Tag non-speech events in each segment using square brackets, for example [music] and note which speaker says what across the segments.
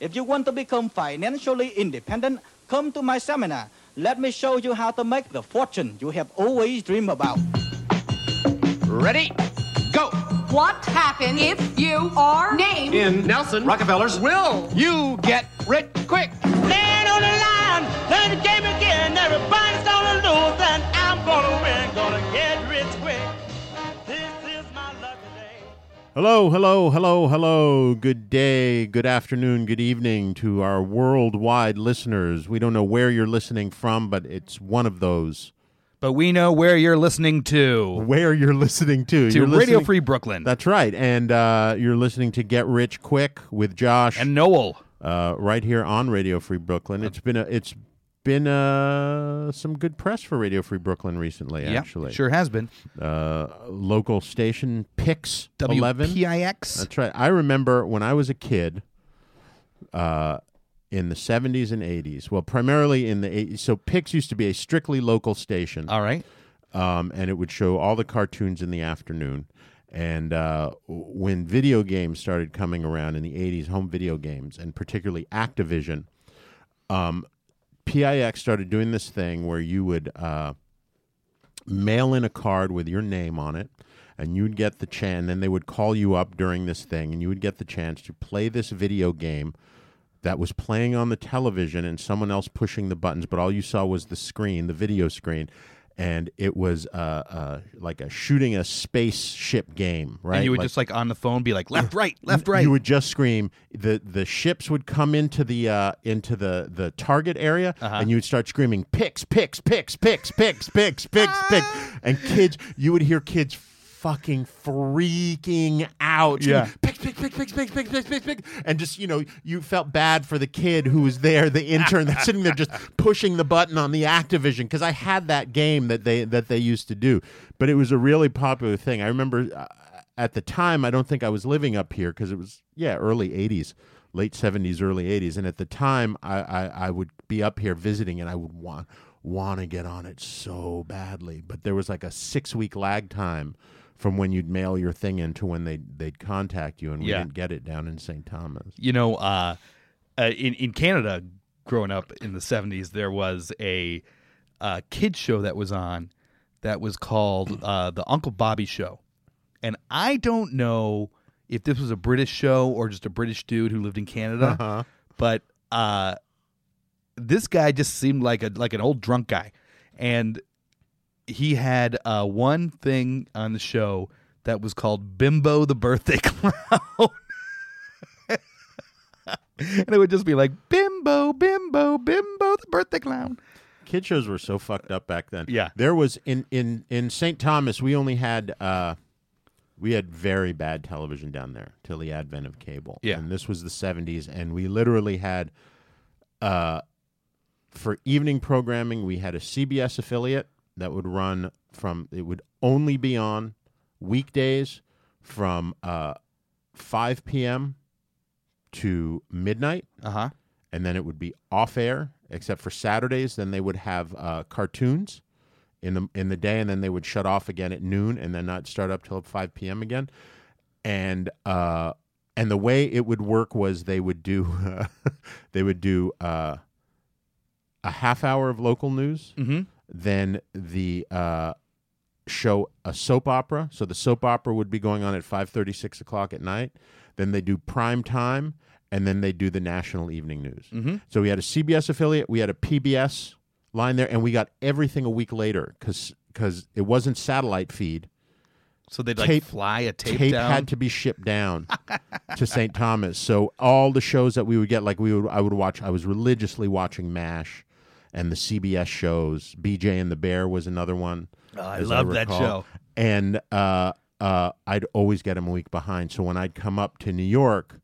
Speaker 1: If you want to become financially independent, come to my seminar. Let me show you how to make the fortune you have always dreamed about.
Speaker 2: Ready? Go!
Speaker 3: What happens if you are named
Speaker 2: In Nelson Rockefeller's will you get rich quick?
Speaker 4: Stand on the line, play the game again. Everybody's gonna lose, and I'm gonna win. Gonna get rich quick. This is my lucky day.
Speaker 5: Hello, hello, hello, hello. Good day, good afternoon, good evening to our worldwide listeners. We don't know where you're listening from, but it's one of those.
Speaker 6: But we know where you're listening to.
Speaker 5: Where you're listening to.
Speaker 6: To
Speaker 5: You're
Speaker 6: Radio
Speaker 5: listening-
Speaker 6: Free Brooklyn.
Speaker 5: That's right. And uh, you're listening to Get Rich Quick with Josh
Speaker 6: and Noel.
Speaker 5: uh, right here on Radio Free Brooklyn. It's been a, it's been uh, some good press for Radio Free Brooklyn recently, actually.
Speaker 6: Yeah, sure has been.
Speaker 5: Uh, local station Pix 11.
Speaker 6: WPIX.
Speaker 5: That's right. I remember when I was a kid, uh, in the seventies and eighties. Well, primarily in the eighties. So Pix used to be a strictly local station,
Speaker 6: All right.
Speaker 5: um, and it would show all the cartoons in the afternoon. And uh, w- when video games started coming around in the eighties, home video games, and particularly Activision, um, PIX started doing this thing where you would uh, mail in a card with your name on it, and you'd get the chance. And then they would call you up during this thing, and you would get the chance to play this video game that was playing on the television, and someone else pushing the buttons, but all you saw was the screen, the video screen. And it was uh, uh, like a shooting a spaceship game, right?
Speaker 6: And you would
Speaker 5: Like-
Speaker 6: just like on the phone be like left, right, left, right.
Speaker 5: you would just scream. the The ships would come into the uh, into the the target area,
Speaker 6: Uh-huh.
Speaker 5: and you would start screaming picks, picks, picks, picks, picks, picks, picks, picks.
Speaker 6: [laughs]
Speaker 5: And kids, you would hear kids fucking freaking out.
Speaker 6: Yeah.
Speaker 5: screaming, Picks, picks, picks, picks, picks, picks, picks, picks, picks. And just you know, you felt bad for the kid who was there, the intern that's sitting there just pushing the button on the Activision because I had that game that they that they used to do, but it was a really popular thing. I remember. Uh, at the time, I don't think I was living up here because it was yeah early '80s, late '70s, early '80s, and at the time I, I I would be up here visiting and I would want want to get on it so badly, but there was like a six week lag time from when you'd mail your thing in to when they they'd contact you, and we
Speaker 6: Yeah.
Speaker 5: didn't get it down in St. Thomas.
Speaker 6: you know, uh, uh, in in Canada, growing up in the '70s, there was a uh, kids show that was on that was called uh, the Uncle Bobby Show, and I don't know if this was a British show or just a British dude who lived in Canada, but uh, this guy just seemed like a like an old drunk guy, and he had uh, one thing on the show that was called Bimbo the Birthday [laughs] Clown. and it would just be like bimbo bimbo bimbo the birthday clown
Speaker 5: Kid shows were so fucked up back then.
Speaker 6: Yeah.
Speaker 5: there was in in in St. Thomas we only had. uh we had very bad television down there till the advent of cable.
Speaker 6: Yeah.
Speaker 5: And this was the 70s, and we literally had, uh, for evening programming, we had a CBS affiliate that would run from, it would only be on weekdays from uh, 5 p.m. to midnight
Speaker 6: uh-huh
Speaker 5: and then it would be off air except for Saturdays. Then they would have uh, cartoons in the in the day, and then they would shut off again at noon, and then not start up till five p.m. again. And uh, and the way it would work was they would do [laughs] they would do uh, a half hour of local news,
Speaker 6: Mhm.
Speaker 5: then the uh, show a soap opera. So the soap opera would be going on at five thirty, six o'clock at night. Then they do prime time, and then they do the national evening news. So we had a CBS affiliate, we had a PBS line there, and we got everything a week later because it wasn't satellite feed.
Speaker 6: so they'd like
Speaker 5: Tape-
Speaker 6: fly a tape,
Speaker 5: Tape
Speaker 6: down
Speaker 5: had to be shipped down [laughs] to St. Thomas. So all the shows that we would get, like we would, I would watch. I was religiously watching Mash and the CBS shows. BJ and the Bear was another one.
Speaker 6: Oh, I
Speaker 5: as
Speaker 6: love that
Speaker 5: recall.
Speaker 6: show.
Speaker 5: And uh, uh, I'd always get them a week behind. So when I'd come up to New York.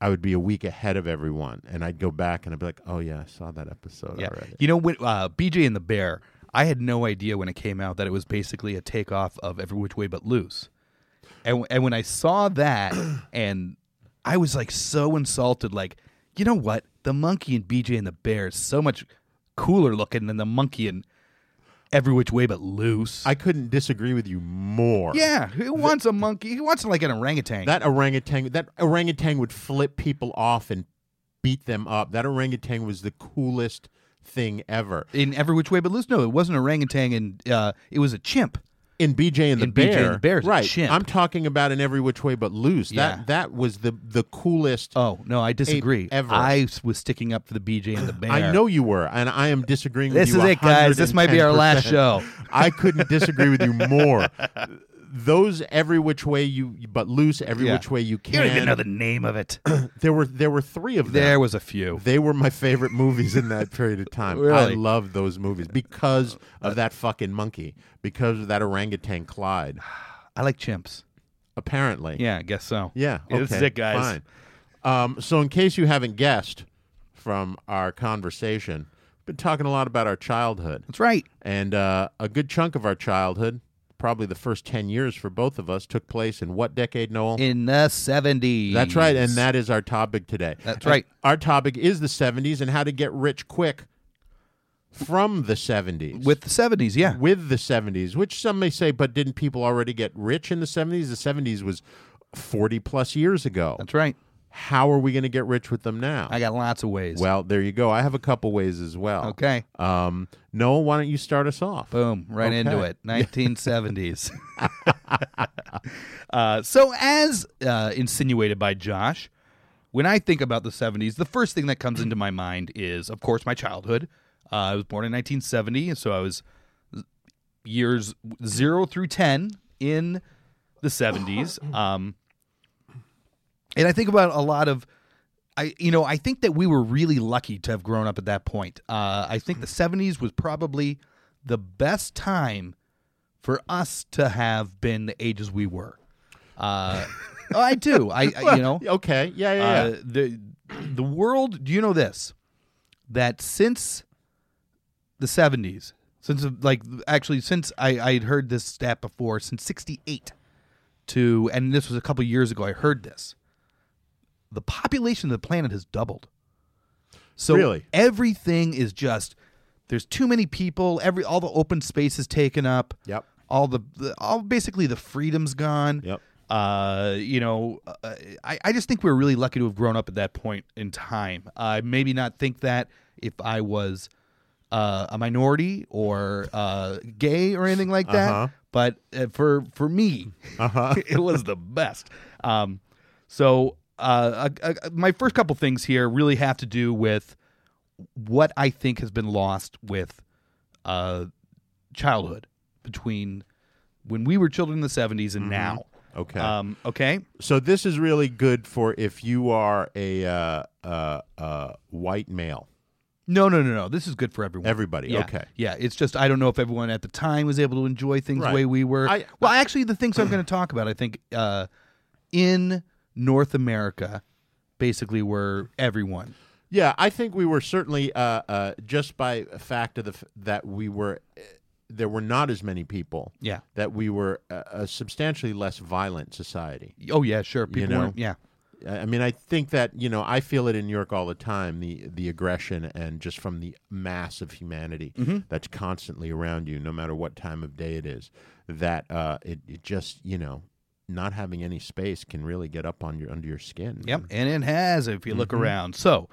Speaker 5: I would be a week ahead of everyone, and I'd go back and I'd be like, "Oh yeah, I saw that episode
Speaker 6: yeah
Speaker 5: already."
Speaker 6: you know when uh bj and the bear i had no idea when it came out that it was basically a takeoff of every which way but loose and and when i saw [clears throat] that and i was like so insulted like you know what the monkey and bj and the bear is so much cooler looking than the monkey and every which way but loose
Speaker 5: I couldn't disagree with you more.
Speaker 6: yeah, who wants a monkey? Who wants like an orangutan?
Speaker 5: That orangutan that orangutan would flip people off and beat them up. That orangutan was the coolest thing ever.
Speaker 6: in every which way but loose. No, it wasn't orangutan, and uh, it was a chimp.
Speaker 5: In BJ and the
Speaker 6: In BJ and
Speaker 5: Bear,
Speaker 6: the Bear is a
Speaker 5: right?
Speaker 6: chimp.
Speaker 5: I'm talking about in every which way but loose.
Speaker 6: Yeah.
Speaker 5: That that was the the coolest.
Speaker 6: Oh no, I disagree.
Speaker 5: ever.
Speaker 6: I s- was sticking up for the BJ and the bear.
Speaker 5: I know you were, and I am disagreeing.
Speaker 6: This
Speaker 5: with you
Speaker 6: is it, guys. This might be our last
Speaker 5: 110%.
Speaker 6: show.
Speaker 5: I couldn't disagree with you more.
Speaker 6: [laughs]
Speaker 5: Those every which way you but loose, every
Speaker 6: Yeah.
Speaker 5: which way you
Speaker 6: You
Speaker 5: can.
Speaker 6: don't even know the name of it.
Speaker 5: There were there were three of them.
Speaker 6: [coughs] there was a few.
Speaker 5: They were my favorite movies in that period of time. I
Speaker 6: [laughs] Really? Uh,
Speaker 5: loved those movies because of that fucking monkey, because of that orangutan Clyde.
Speaker 6: I like chimps.
Speaker 5: Apparently,
Speaker 6: Yeah, I guess so.
Speaker 5: yeah. Okay,
Speaker 6: This is it, guys.
Speaker 5: Fine. Um, so, in case you haven't guessed from our conversation, we've been talking a lot about our childhood,
Speaker 6: That's right.
Speaker 5: and uh, a good chunk of our childhood, probably the first ten years for both of us, took place in what decade, Noel?
Speaker 6: In the seventies.
Speaker 5: That's right, and that is our topic today.
Speaker 6: That's
Speaker 5: And
Speaker 6: right.
Speaker 5: Our topic is the '70s and how to get rich quick from the '70s
Speaker 6: with the seventies. Yeah.
Speaker 5: with the '70s, which some may say, but didn't people already get rich in the '70s? The '70s was 40 plus years ago.
Speaker 6: That's right.
Speaker 5: How are we going to get rich with them now?
Speaker 6: I got lots of ways.
Speaker 5: well, there you go. I have a couple ways as well.
Speaker 6: Okay.
Speaker 5: Um, Noel, why don't you start us off?
Speaker 6: Boom, right into
Speaker 5: Okay.
Speaker 6: it. 1970s. uh, so, as uh, insinuated by Josh, when I think about the 70s, the first thing that comes into my mind is, of course, my childhood. Uh, I was born in 1970, and so I was years zero through 10 in the 70s. Um, and I think about a lot of. I you know I think that we were really lucky to have grown up at that point. Uh, I think the '70s was probably the best time for us to have been the ages we were. Uh, oh, I do. I, I you know
Speaker 5: [laughs] Okay. Yeah, yeah, yeah.
Speaker 6: uh, the the world. Do you know this? That since the '70s, since like actually since I I had heard this stat before, since '68 to and this was a couple years ago. I heard this. The population of the planet has doubled. So
Speaker 5: Really?
Speaker 6: everything is just there's too many people. Every all the open space is taken up.
Speaker 5: Yep.
Speaker 6: All the, the all basically the freedom's gone.
Speaker 5: Yep.
Speaker 6: Uh, you know, uh, I, I just think we are really lucky to have grown up at that point in time. I maybe not think that if I was uh, a minority or uh, gay or anything like that,
Speaker 5: Uh-huh.
Speaker 6: but uh, for for me, [laughs] it was the best. Um, so uh, uh, uh, my first couple things here really have to do with what I think has been lost with uh, childhood between when we were children in the 70s and now.
Speaker 5: Mm-hmm. Okay.
Speaker 6: Um, okay.
Speaker 5: so this is really good for if you are a uh, uh, uh, white male.
Speaker 6: No, no, no, no. This is good for everyone.
Speaker 5: Everybody,
Speaker 6: Yeah.
Speaker 5: okay.
Speaker 6: Yeah. It's just, I don't know if everyone at the time was able to enjoy things
Speaker 5: Right.
Speaker 6: the way we were.
Speaker 5: I-
Speaker 6: well, actually, the things I'm going to talk about, I think, uh, in North America, basically, were everyone.
Speaker 5: Yeah, I think we were certainly uh, uh, just by fact of the f- that we were uh, there were not as many people.
Speaker 6: Yeah.
Speaker 5: that we were a, a substantially less violent society.
Speaker 6: Oh, yeah, sure. People
Speaker 5: know?
Speaker 6: weren't- yeah.
Speaker 5: I I mean, I think that you know I feel it in New York all the time the the aggression and just from the mass of humanity
Speaker 6: Mm-hmm.
Speaker 5: that's constantly around you, no matter what time of day it is. That uh, it, it just you know not having any space can really get up on your under your skin.
Speaker 6: Yep, and it has if you look around. So,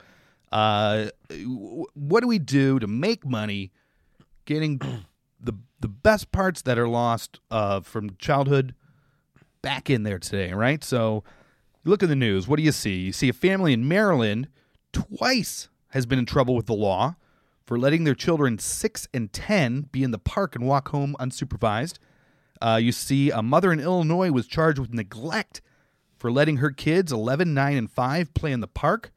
Speaker 6: uh, w- what do we do to make money? Getting [clears throat] the the best parts that are lost uh, from childhood back in there today, right? So, you look at the news. What do you see? You see a family in Maryland twice has been in trouble with the law for letting their children six and ten be in the park and walk home unsupervised. Uh, you see, a mother in Illinois was charged with neglect for letting her kids, 11, 9, and 5, play in the park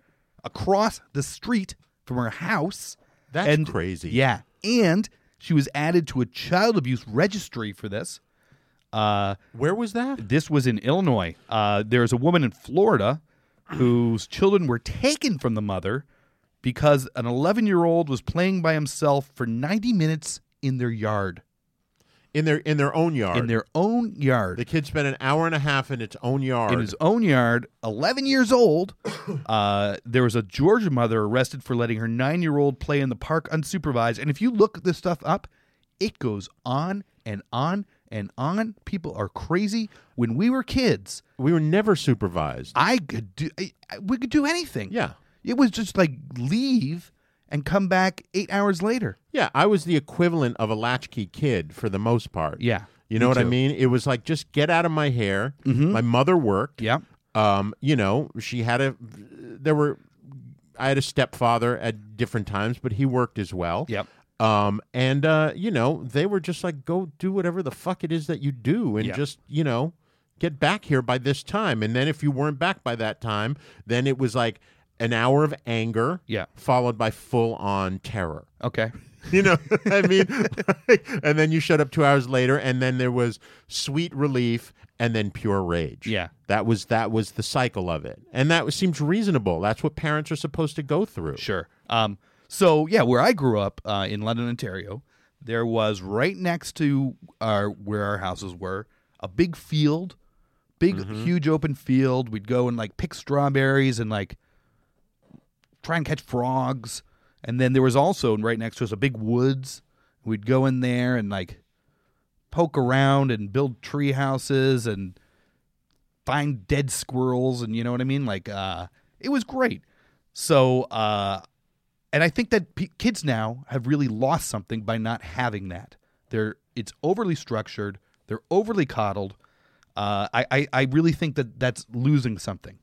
Speaker 6: across the street from her house.
Speaker 5: That's
Speaker 6: and,
Speaker 5: crazy.
Speaker 6: Yeah. And she was added to a child abuse registry for this. Uh,
Speaker 5: Where was that?
Speaker 6: this was in Illinois. Uh, there's a woman in Florida whose children were taken from the mother because an 11 year old was playing by himself for 90 minutes in their yard,
Speaker 5: In their in their own yard.
Speaker 6: in their own yard.
Speaker 5: the kid spent an hour and a half in its own yard.
Speaker 6: in his own yard, 11 years
Speaker 5: [coughs]
Speaker 6: old. Uh, there was a Georgia mother arrested for letting her nine year old play in the park unsupervised. And if you look this stuff up, it goes on and on and on. People are crazy. When we were kids,
Speaker 5: we were never supervised.
Speaker 6: I could do. I, I- we could do anything.
Speaker 5: Yeah.
Speaker 6: It was just like leave and come back eight hours later.
Speaker 5: Yeah, I was the equivalent of a latchkey kid for the most part.
Speaker 6: Yeah,
Speaker 5: You
Speaker 6: me
Speaker 5: know what I
Speaker 6: too. Mm-hmm.
Speaker 5: mean? It was like just get out of my hair. My mother worked.
Speaker 6: Yep.
Speaker 5: Um, you know, she had a there were I had a stepfather at different times, but he worked as well.
Speaker 6: Yep.
Speaker 5: Um, and uh, you know, they were just like go do whatever the fuck it is that you do and
Speaker 6: Yeah.
Speaker 5: just, you know, get back here by this time. And then if you weren't back by that time, then it was like an hour of anger
Speaker 6: Yeah.
Speaker 5: followed by full on terror.
Speaker 6: Okay.
Speaker 5: [laughs] You know, what I mean, Like, and then you showed up two hours later, and then there was sweet relief, and then pure rage.
Speaker 6: Yeah.
Speaker 5: that was that was the cycle of it, and that was, seems reasonable. That's what parents are supposed to go through.
Speaker 6: Sure. Um, so yeah, where I grew up uh, in London, Ontario, there was right next to our where our houses were a big field, big huge open field. We'd go and like pick strawberries and like try and catch frogs. And then there was also right next to us a big woods. We'd go in there and like poke around and build tree houses and find dead squirrels and you know what I mean? Like uh it was great. So uh and I think that p- kids now have really lost something by not having that. They're it's overly structured, they're overly coddled. Uh I I, I really think that that's losing something.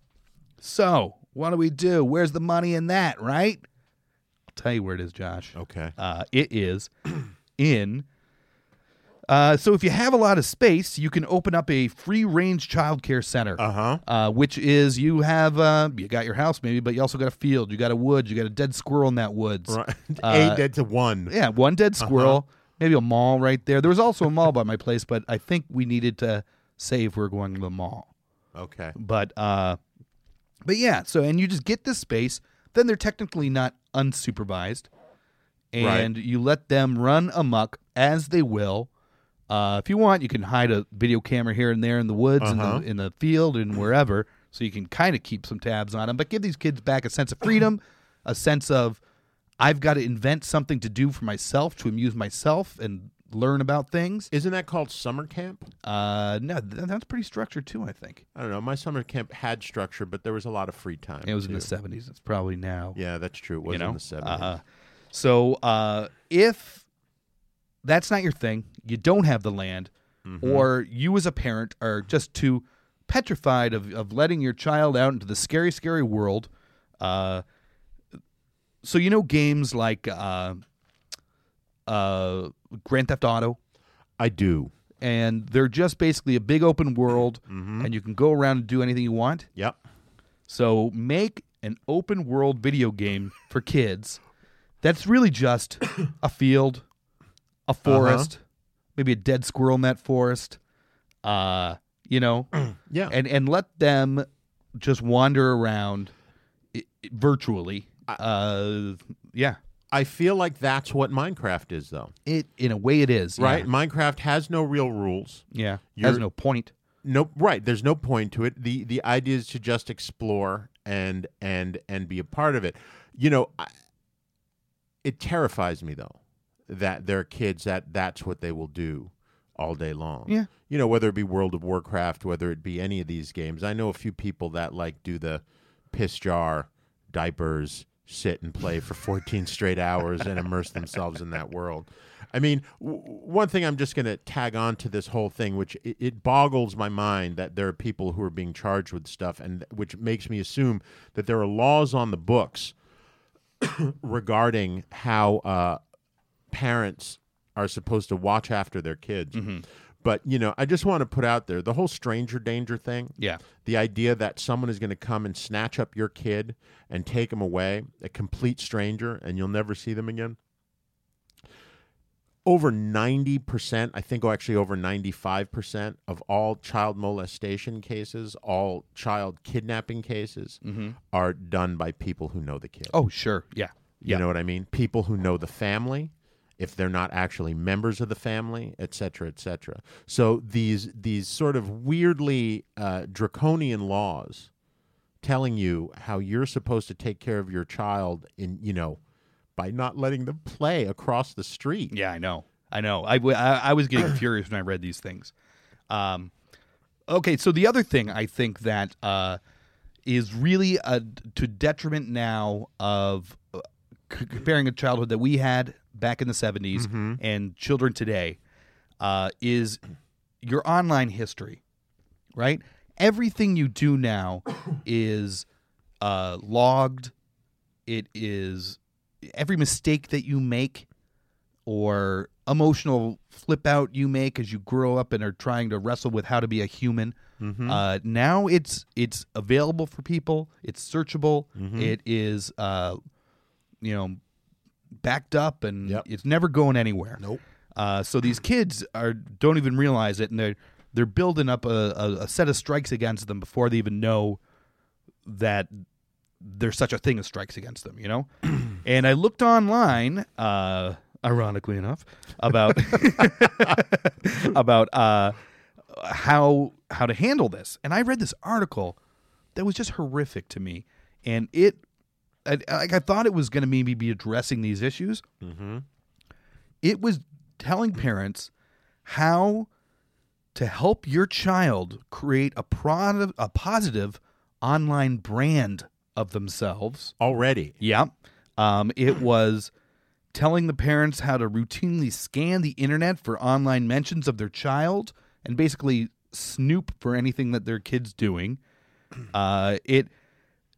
Speaker 6: So, what do we do? Where's the money in that, right? I'll tell you where it is, Josh.
Speaker 5: Okay.
Speaker 6: Uh, it is in. Uh, so if you have a lot of space, you can open up a free range childcare center.
Speaker 5: Uh-huh.
Speaker 6: Uh, Which is you have uh, you got your house maybe, but you also got a field, you got a wood, you got a dead squirrel in that woods.
Speaker 5: Right. [laughs] Uh-huh.
Speaker 6: Uh,
Speaker 5: Eight dead to one.
Speaker 6: [laughs] Yeah, one dead squirrel, maybe a mall right there. There was also a mall by my place, but I think we needed to say if we were going to the mall
Speaker 5: Okay.
Speaker 6: but uh but yeah so and you just get this space then they're technically not unsupervised and you let them run amok as they will uh if you want you can hide a video camera here and there in the woods
Speaker 5: Uh-huh.
Speaker 6: in, the, in the field and wherever so you can kind of keep some tabs on them but give these kids back a sense of freedom a sense of i've got to invent something to do for myself to amuse myself and learn about things
Speaker 5: Isn't that called summer camp?
Speaker 6: uh no th- that's pretty structured too i think
Speaker 5: I don't know. My summer camp had structure, but there was a lot of free time.
Speaker 6: It was in
Speaker 5: too.
Speaker 6: the seventies. It's probably now.
Speaker 5: Yeah, that's true. It was
Speaker 6: you know.
Speaker 5: in the seventies.
Speaker 6: Uh, so uh, if that's not your thing, you don't have the land,
Speaker 5: Mm-hmm.
Speaker 6: or you as a parent are just too petrified of of letting your child out into the scary, scary world. Uh, so you know games like uh, uh, Grand Theft Auto
Speaker 5: I do.
Speaker 6: and they're just basically a big open world
Speaker 5: Mm-hmm.
Speaker 6: and you can go around and do anything you want
Speaker 5: Yep.
Speaker 6: so make an open world video game for kids that's really
Speaker 5: [coughs]
Speaker 6: just a field,
Speaker 5: Uh-huh.
Speaker 6: a forest, maybe a dead squirrel in that forest. Uh, you know,
Speaker 5: [coughs] Yeah.
Speaker 6: and and let them just wander around i i- virtually. Uh, yeah.
Speaker 5: I feel like that's what Minecraft is, though.
Speaker 6: It in a way it is.
Speaker 5: Right? Minecraft has no real rules.
Speaker 6: Yeah. yeah. Has
Speaker 5: You're-
Speaker 6: no point.
Speaker 5: Nope. Right. There's no point to it. the The idea is to just explore and and and be a part of it. You know, I, it terrifies me though that there are kids that that's what they will do all day long.
Speaker 6: Yeah.
Speaker 5: You know, whether it be World of Warcraft, whether it be any of these games. I know a few people that like do the piss jar diapers sit and play for 14 straight hours and immerse themselves in that world i mean w- one thing i'm just going to tag on to this whole thing which it, it boggles my mind that there are people who are being charged with stuff and which makes me assume that there are laws on the books regarding how uh, parents are supposed to watch after their kids. But you know, I just want to put out there the whole stranger danger thing.
Speaker 6: Yeah.
Speaker 5: the idea that someone is going to come and snatch up your kid and take him away, a complete stranger, and you'll never see them again. Over ninety percent, I think, oh, actually over ninety-five percent of all child molestation cases, all child kidnapping cases, are done by people who know the kid.
Speaker 6: Oh sure. Yeah.
Speaker 5: You know what I mean? People who know the family, if they're not actually members of the family, et cetera, et cetera. So these these sort of weirdly uh, draconian laws telling you how you're supposed to take care of your child in you know by not letting them play across the street.
Speaker 6: Yeah, I know. I know. I, w- I- I was getting [coughs] furious when I read these things. Um, okay, so the other thing I think that uh, is really a, to detriment now of uh, c- comparing a childhood that we had back in the 70s and children today uh, is your online history right everything you do now [coughs] is uh, logged it is every mistake that you make or emotional flip out you make as you grow up and are trying to wrestle with how to be a human.
Speaker 5: Mm-hmm.
Speaker 6: Uh, now it's it's available for people. It's searchable.
Speaker 5: Mm-hmm.
Speaker 6: It is uh, you know backed up and
Speaker 5: Yep.
Speaker 6: it's never going anywhere.
Speaker 5: Nope.
Speaker 6: Uh, so these kids are don't even realize it, and they're they're building up a, a, a set of strikes against them before they even know that there's such a thing as strikes against them, you know? [clears throat] and I looked online, uh, ironically enough, about [laughs] about uh, how how to handle this. And I read this article that was just horrific to me. And it I, like I thought it was going to maybe be addressing these issues. It was telling parents how to help your child create a product, a positive online brand of themselves.
Speaker 5: already.
Speaker 6: Yeah. Um, it was telling the parents how to routinely scan the internet for online mentions of their child and basically snoop for anything that their kid's doing. [clears throat] Uh, it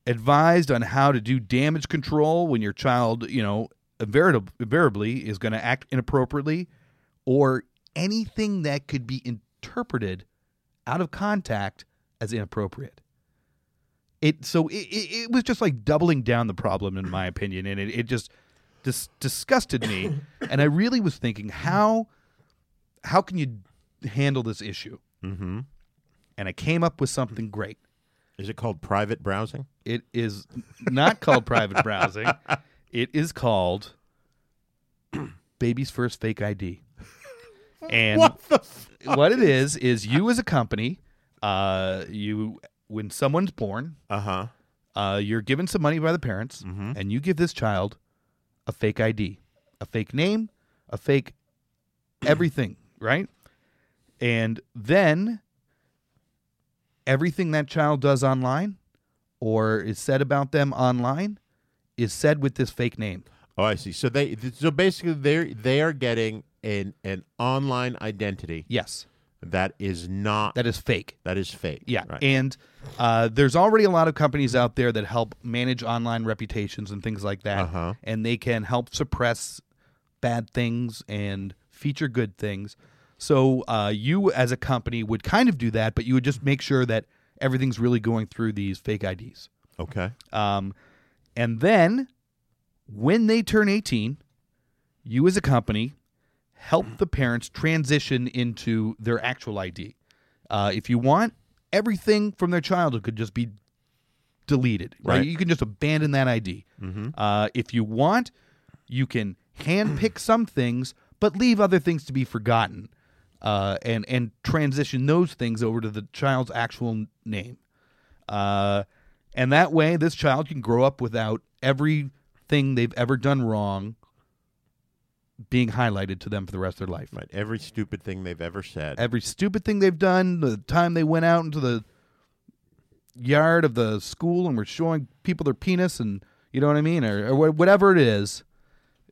Speaker 6: advised on how to do damage control when your child, you know, invariably, invariably is going to act inappropriately or anything that could be interpreted out of contact as inappropriate it so it, it, it was just like doubling down the problem in my opinion and it, it just dis- disgusted
Speaker 5: [coughs]
Speaker 6: me and i really was thinking how how can you handle this issue mm-hmm. and i came up with something great
Speaker 5: Is it called private browsing?
Speaker 6: it is not called
Speaker 5: [laughs]
Speaker 6: private browsing it is called baby's first fake id and
Speaker 5: What the f-
Speaker 6: what
Speaker 5: [laughs]
Speaker 6: it is is you as a company uh you when someone's born
Speaker 5: Uh huh.
Speaker 6: uh, you're given some money by the parents, and you give this child a fake ID, a fake name, a fake everything, right? And then everything that child does online or is said about them online is said with this fake name.
Speaker 5: Oh, I see. So they so basically they they are getting an an online identity
Speaker 6: Yes,
Speaker 5: that is not
Speaker 6: that is fake.
Speaker 5: that is fake.
Speaker 6: Yeah,
Speaker 5: Right.
Speaker 6: and uh, there's already a lot of companies out there that help manage online reputations and things like that,
Speaker 5: Uh-huh.
Speaker 6: and they can help suppress bad things and feature good things. So uh, you, as a company, would kind of do that, but you would just make sure that everything's really going through these fake IDs.
Speaker 5: okay.
Speaker 6: Um, and then when they turn 18, you as a company help the parents transition into their actual ID. Uh, if you want, everything from their childhood could just be deleted. Right?
Speaker 5: Right.
Speaker 6: You can just abandon that ID. Uh, if you want, you can handpick some things, but leave other things to be forgotten, uh, and and transition those things over to the child's actual n- name. Uh, and that way, this child can grow up without everything they've ever done wrong being highlighted to them for the rest of their life.
Speaker 5: Right. Every stupid thing they've ever said.
Speaker 6: Every stupid thing they've done, the time they went out into the yard of the school and were showing people their penis, and you know what I mean, or, or wh- whatever it is,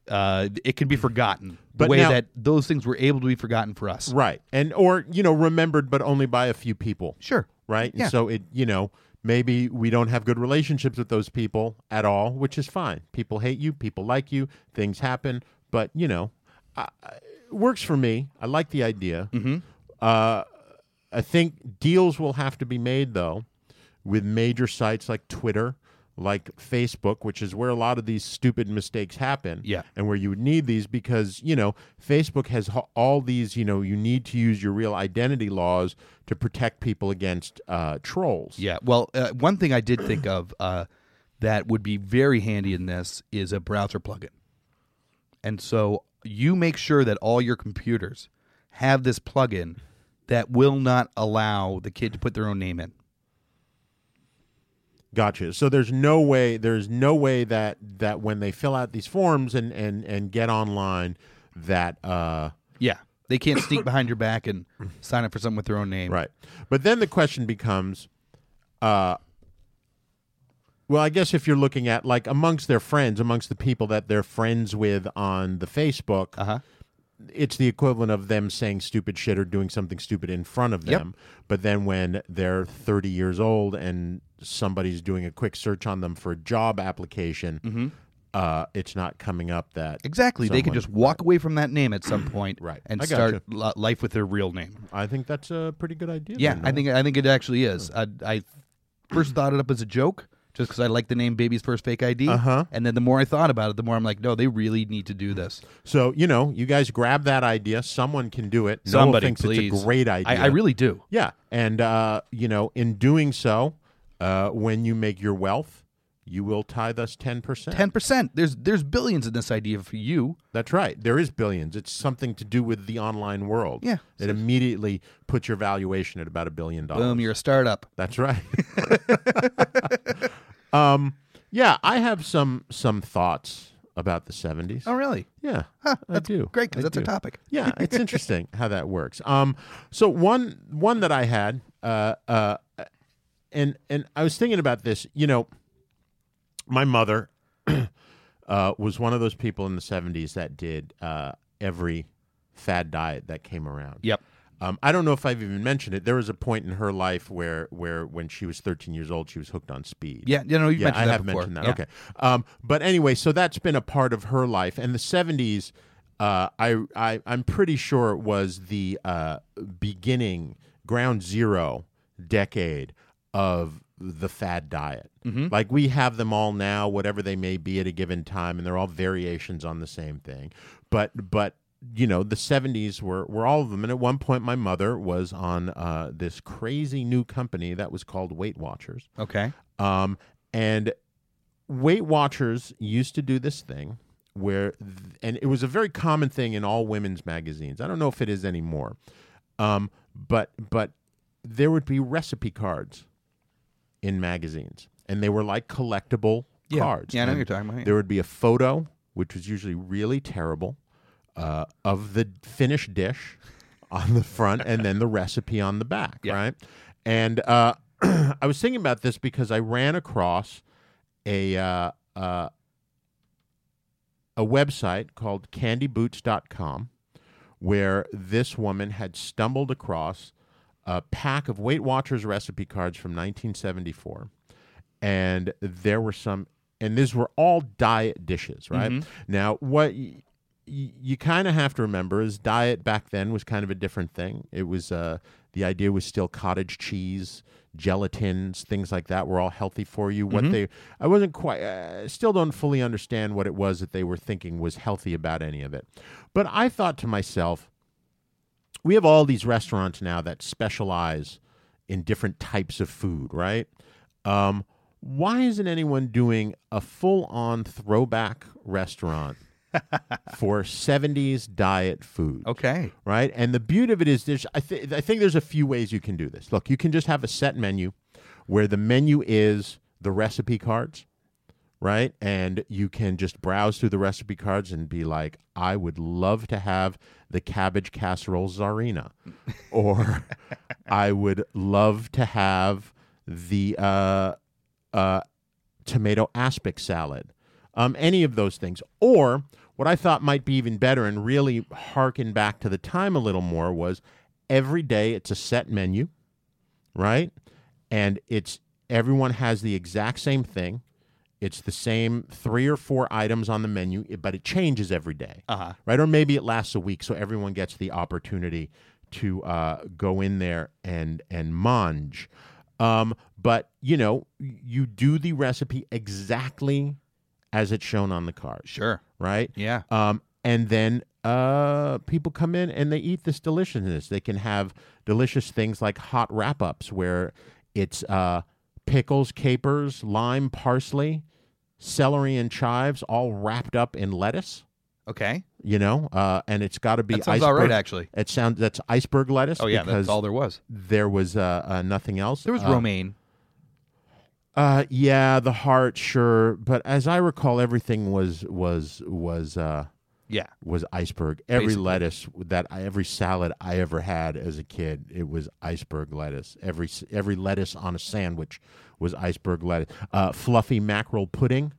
Speaker 6: uh, it can be forgotten.
Speaker 5: But
Speaker 6: the way
Speaker 5: now-
Speaker 6: that those things were able to be forgotten for us.
Speaker 5: right. And or you know remembered but only by a few people.
Speaker 6: Sure.
Speaker 5: Right. And
Speaker 6: Yeah.
Speaker 5: so it you know maybe we don't have good relationships with those people at all, which is fine. People hate you. People like you. Things happen. But you know, I, I- it works for me. I like the idea. Mm-hmm. Uh, I think deals will have to be made though with major sites like Twitter, like Facebook, which is where a lot of these stupid mistakes happen.
Speaker 6: Yeah.
Speaker 5: And where you would need these because, you know, Facebook has ho- all these, you know, you need to use your real identity laws to protect people against uh, trolls.
Speaker 6: Yeah. Well, uh, one thing I did think of uh, that would be very handy in this is a browser plugin. And so you make sure that all your computers have this plugin that will not allow the kid to put their own name in.
Speaker 5: Gotcha. So there's no way there's no way that that when they fill out these forms and and and get online that uh
Speaker 6: Yeah. They can't sneak
Speaker 5: [coughs]
Speaker 6: behind your back and sign up for something with their own name.
Speaker 5: Right. But then the question becomes uh, Well, I guess if you're looking at like amongst their friends, amongst the people that they're friends with on the Facebook,
Speaker 6: Uh-huh.
Speaker 5: it's the equivalent of them saying stupid shit or doing something stupid in front of
Speaker 6: Yep.
Speaker 5: them. But then when they're 30 years old and somebody's doing a quick search on them for a job application,
Speaker 6: Mm-hmm.
Speaker 5: uh, it's not coming up that
Speaker 6: Exactly. They could
Speaker 5: someone-
Speaker 6: just walk away from that name at some point,
Speaker 5: Right.
Speaker 6: And
Speaker 5: I
Speaker 6: start
Speaker 5: gotcha.
Speaker 6: li- life with their real name.
Speaker 5: I think that's a pretty good idea.
Speaker 6: Yeah,
Speaker 5: then,
Speaker 6: I
Speaker 5: Noel.
Speaker 6: think I think it actually is. I, I first thought it up as a joke, just because I like the name "Baby's First Fake ID."
Speaker 5: Uh-huh.
Speaker 6: And then the more I thought about it, the more I'm like, no, they really need to do this.
Speaker 5: so. You know, you guys grab that idea. Someone can do it. Noel
Speaker 6: Somebody,
Speaker 5: thinks
Speaker 6: please.
Speaker 5: it's a great idea.
Speaker 6: I, I really do.
Speaker 5: Yeah, and uh, you know, in doing so, uh, when you make your wealth, you will tithe us ten percent.
Speaker 6: Ten percent. There's there's billions in this idea for you.
Speaker 5: That's right. There is billions. It's something to do with the online world.
Speaker 6: Yeah.
Speaker 5: it immediately puts your valuation at about a billion dollars.
Speaker 6: Boom, you're a startup.
Speaker 5: That's right. [laughs] um, yeah, I have some some thoughts about the seventies.
Speaker 6: Oh, really?
Speaker 5: Yeah, I
Speaker 6: that's
Speaker 5: do.
Speaker 6: great 'cause
Speaker 5: I
Speaker 6: that's our
Speaker 5: do.
Speaker 6: topic. [laughs]
Speaker 5: Yeah, it's interesting how that works. Um, so one one that I had, uh, uh, and and I was thinking about this. You know, my mother [clears throat] uh, was one of those people in the '70s that did uh, every fad diet that came around.
Speaker 6: Yep.
Speaker 5: Um, I don't know if I've even mentioned it. There was a point in her life where, where when she was 13 years old, she was hooked on speed
Speaker 6: Yeah, you know, you
Speaker 5: yeah,
Speaker 6: mentioned
Speaker 5: I
Speaker 6: that
Speaker 5: have
Speaker 6: before.
Speaker 5: mentioned that.
Speaker 6: Yeah.
Speaker 5: Okay. Um, but anyway, so that's been a part of her life, and the '70s. Uh, I, I I'm pretty sure it was the uh, beginning ground zero decade of the fad diet.
Speaker 6: Mm-hmm.
Speaker 5: Like we have them all now, whatever they may be at a given time, and they're all variations on the same thing. But but you know the 70s were, were all of them and at one point my mother was on uh, this crazy new company that was called weight watchers
Speaker 6: Okay.
Speaker 5: um, and Weight Watchers used to do this thing where, th- and it was a very common thing in all women's magazines. I don't know if it is anymore, um, but but there would be recipe cards in magazines, and they were like collectible
Speaker 6: Yeah.
Speaker 5: cards.
Speaker 6: Yeah, I know
Speaker 5: And
Speaker 6: what you're talking about, yeah.
Speaker 5: There would be a photo, which was usually really terrible, uh, of the finished dish on the front, and then the recipe on the back. Right, and uh, [clears throat] I was thinking about this because I ran across a uh, uh, a website called candyboots.com where this woman had stumbled across a pack of Weight Watchers recipe cards from 1974 and there were some and these were all diet dishes right now what y- y- you kind of have to remember is diet back then was kind of a different thing it was uh, the idea was still cottage cheese gelatins things like that were all healthy for you what they i wasn't quite uh, still don't fully understand what it was that they were thinking was healthy about any of it but i thought to myself we have all these restaurants now that specialize in different types of food, right? Um, why isn't anyone doing a full on throwback restaurant for 70s diet food?
Speaker 6: Okay.
Speaker 5: Right? And the beauty of it is there's I, th- I think there's a few ways you can do this. Look, you can just have a set menu where the menu is the recipe cards, right? And you can just browse through the recipe cards and be like, I would love to have the cabbage casserole czarina. Or I would love to have the uh, uh, tomato aspic salad, um, any of those things. Or what I thought might be even better and really harken back to the time a little more was every day it's a set menu, right? And it's everyone has the exact same thing. It's the same three or four items on the menu, i- but it changes every day,
Speaker 6: Uh-huh.
Speaker 5: right? Or maybe it lasts a week, so everyone gets the opportunity to uh, go in there and and mange. Um, but you know, you do the recipe exactly as it's shown on the card,
Speaker 6: Sure.
Speaker 5: right?
Speaker 6: Yeah.
Speaker 5: Um, and then uh, people come in and they eat this deliciousness. They can have delicious things like hot wrap ups, where it's uh, pickles, capers, lime, parsley, celery, and chives, all wrapped up in lettuce.
Speaker 6: Okay.
Speaker 5: You know, uh, and it's got to be
Speaker 6: That sounds all
Speaker 5: iceberg.
Speaker 6: right, actually.
Speaker 5: It sounds that's iceberg lettuce.
Speaker 6: Oh yeah,
Speaker 5: because
Speaker 6: that's all there was.
Speaker 5: there was uh, uh, nothing else.
Speaker 6: There was
Speaker 5: uh,
Speaker 6: romaine.
Speaker 5: Uh, yeah, the heart, sure, but as I recall, everything was was was uh,
Speaker 6: Yeah.
Speaker 5: was iceberg. Every
Speaker 6: Basically.
Speaker 5: lettuce that I, every salad I ever had as a kid, it was iceberg lettuce. Every s- every lettuce on a sandwich was iceberg lettuce. Uh, fluffy mackerel pudding,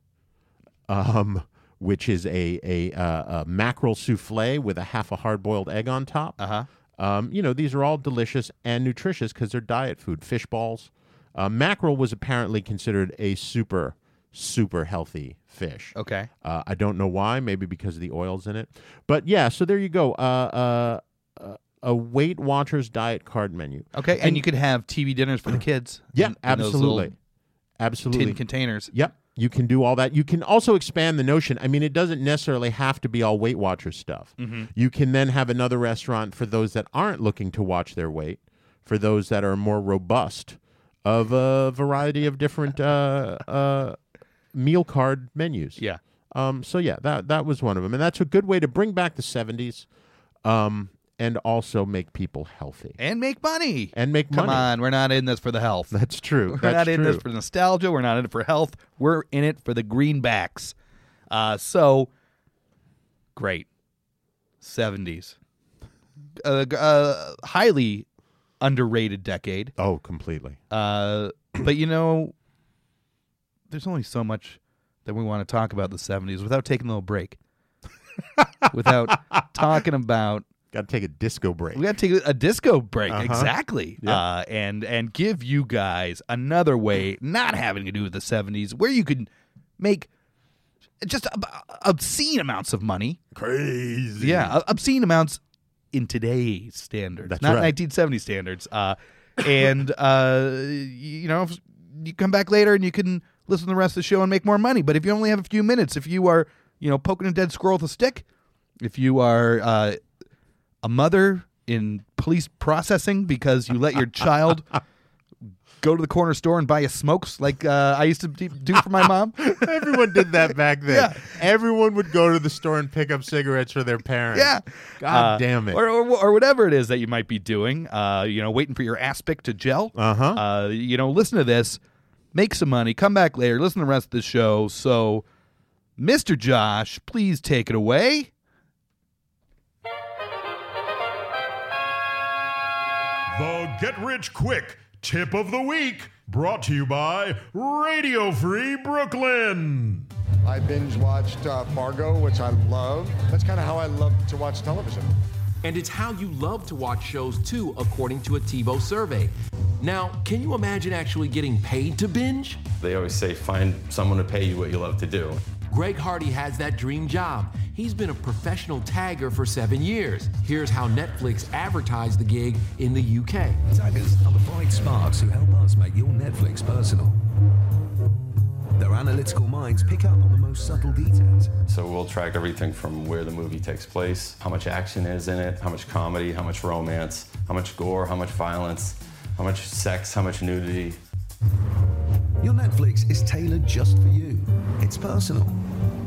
Speaker 5: um, which is a a, uh, a mackerel souffle with a half a hard boiled egg on top. Uh
Speaker 6: Uh-huh.
Speaker 5: huh. Um, you know, these are all delicious and nutritious because they're diet food. Fish balls. Uh, mackerel was apparently considered a super, super healthy fish.
Speaker 6: Okay.
Speaker 5: Uh, I don't know why. Maybe because of the oils in it. But yeah, so there you go. Uh, uh, uh, a Weight Watchers diet card menu.
Speaker 6: Okay. And, you could have TV dinners
Speaker 5: [clears throat]
Speaker 6: for the kids.
Speaker 5: Yeah,
Speaker 6: in- in those little
Speaker 5: absolutely, absolutely.
Speaker 6: Tin containers.
Speaker 5: Yep. You can do all that. You can also expand the notion. I mean, it doesn't necessarily have to be all Weight Watchers stuff.
Speaker 6: Mm-hmm.
Speaker 5: You can then have another restaurant for those that aren't looking to watch their weight, for those that are more robust, of a variety of different uh, uh, meal card menus.
Speaker 6: Yeah.
Speaker 5: Um, so yeah, that that was one of them, and that's a good way to bring back the '70s, um, and also make people healthy
Speaker 6: And make money.
Speaker 5: and make
Speaker 6: Come
Speaker 5: money.
Speaker 6: on, we're not in this for the health.
Speaker 5: [laughs] That's true.
Speaker 6: We're
Speaker 5: that's
Speaker 6: not
Speaker 5: true.
Speaker 6: in this for nostalgia. We're not in it for health. We're in it for the greenbacks. Uh, so great. 70s. Uh, g- uh, highly underrated decade.
Speaker 5: oh, completely.
Speaker 6: Uh, [clears throat] but you know, there's only so much that we want to talk about the 70s without taking a little break. without talking about
Speaker 5: Got to take a disco break.
Speaker 6: we got to take a disco break exactly,
Speaker 5: Yeah.
Speaker 6: uh, and and give you guys another way, not having to do with the seventies, where you can make just ob- obscene amounts of money.
Speaker 5: Crazy.
Speaker 6: Yeah, o- obscene amounts in today's standards,
Speaker 5: That's
Speaker 6: not
Speaker 5: right.
Speaker 6: 1970 standards. Uh, and uh, y- you know, if you come back later and you can listen to the rest of the show and make more money. But if you only have a few minutes, if you are you know poking a dead squirrel with a stick, if you are uh, a mother in police processing because you let your
Speaker 5: [laughs]
Speaker 6: child. Go to the corner store and buy you smokes like uh, I used to d- do for my mom.
Speaker 5: Everyone
Speaker 6: [laughs]
Speaker 5: did that back then.
Speaker 6: Yeah.
Speaker 5: Everyone would go to the store and pick up cigarettes for their
Speaker 6: [laughs]
Speaker 5: parents.
Speaker 6: Yeah.
Speaker 5: God
Speaker 6: Uh,
Speaker 5: damn it.
Speaker 6: Or, or, or whatever it is that you might be doing, uh, you know, waiting for your aspic to gel.
Speaker 5: Uh-huh.
Speaker 6: Uh, You know, listen to this, make some money, come back later, listen to the rest of the show. So, Mr. Josh, please take it away.
Speaker 7: The Get Rich Quick Tip of the Week, brought to you by Radio Free Brooklyn.
Speaker 8: I binge watched uh, Fargo, which I love. That's kind of how I love to watch television.
Speaker 9: And it's how you love to watch shows too, according to a TiVo survey. Now, can you imagine actually getting paid to binge?
Speaker 10: They always say find someone to pay you what you love to do.
Speaker 9: Greg Hardy has that dream job. He's been a professional tagger for seven years. Here's how Netflix advertised the gig in the UK.
Speaker 11: Taggers are the bright sparks who help us make your Netflix personal. Their analytical minds pick up on the most subtle details.
Speaker 10: So we'll track everything from where the movie takes place, how much action is in it, how much comedy, how much romance, how much gore, how much violence, how much sex, how much nudity.
Speaker 11: Your Netflix is tailored just for you. It's personal.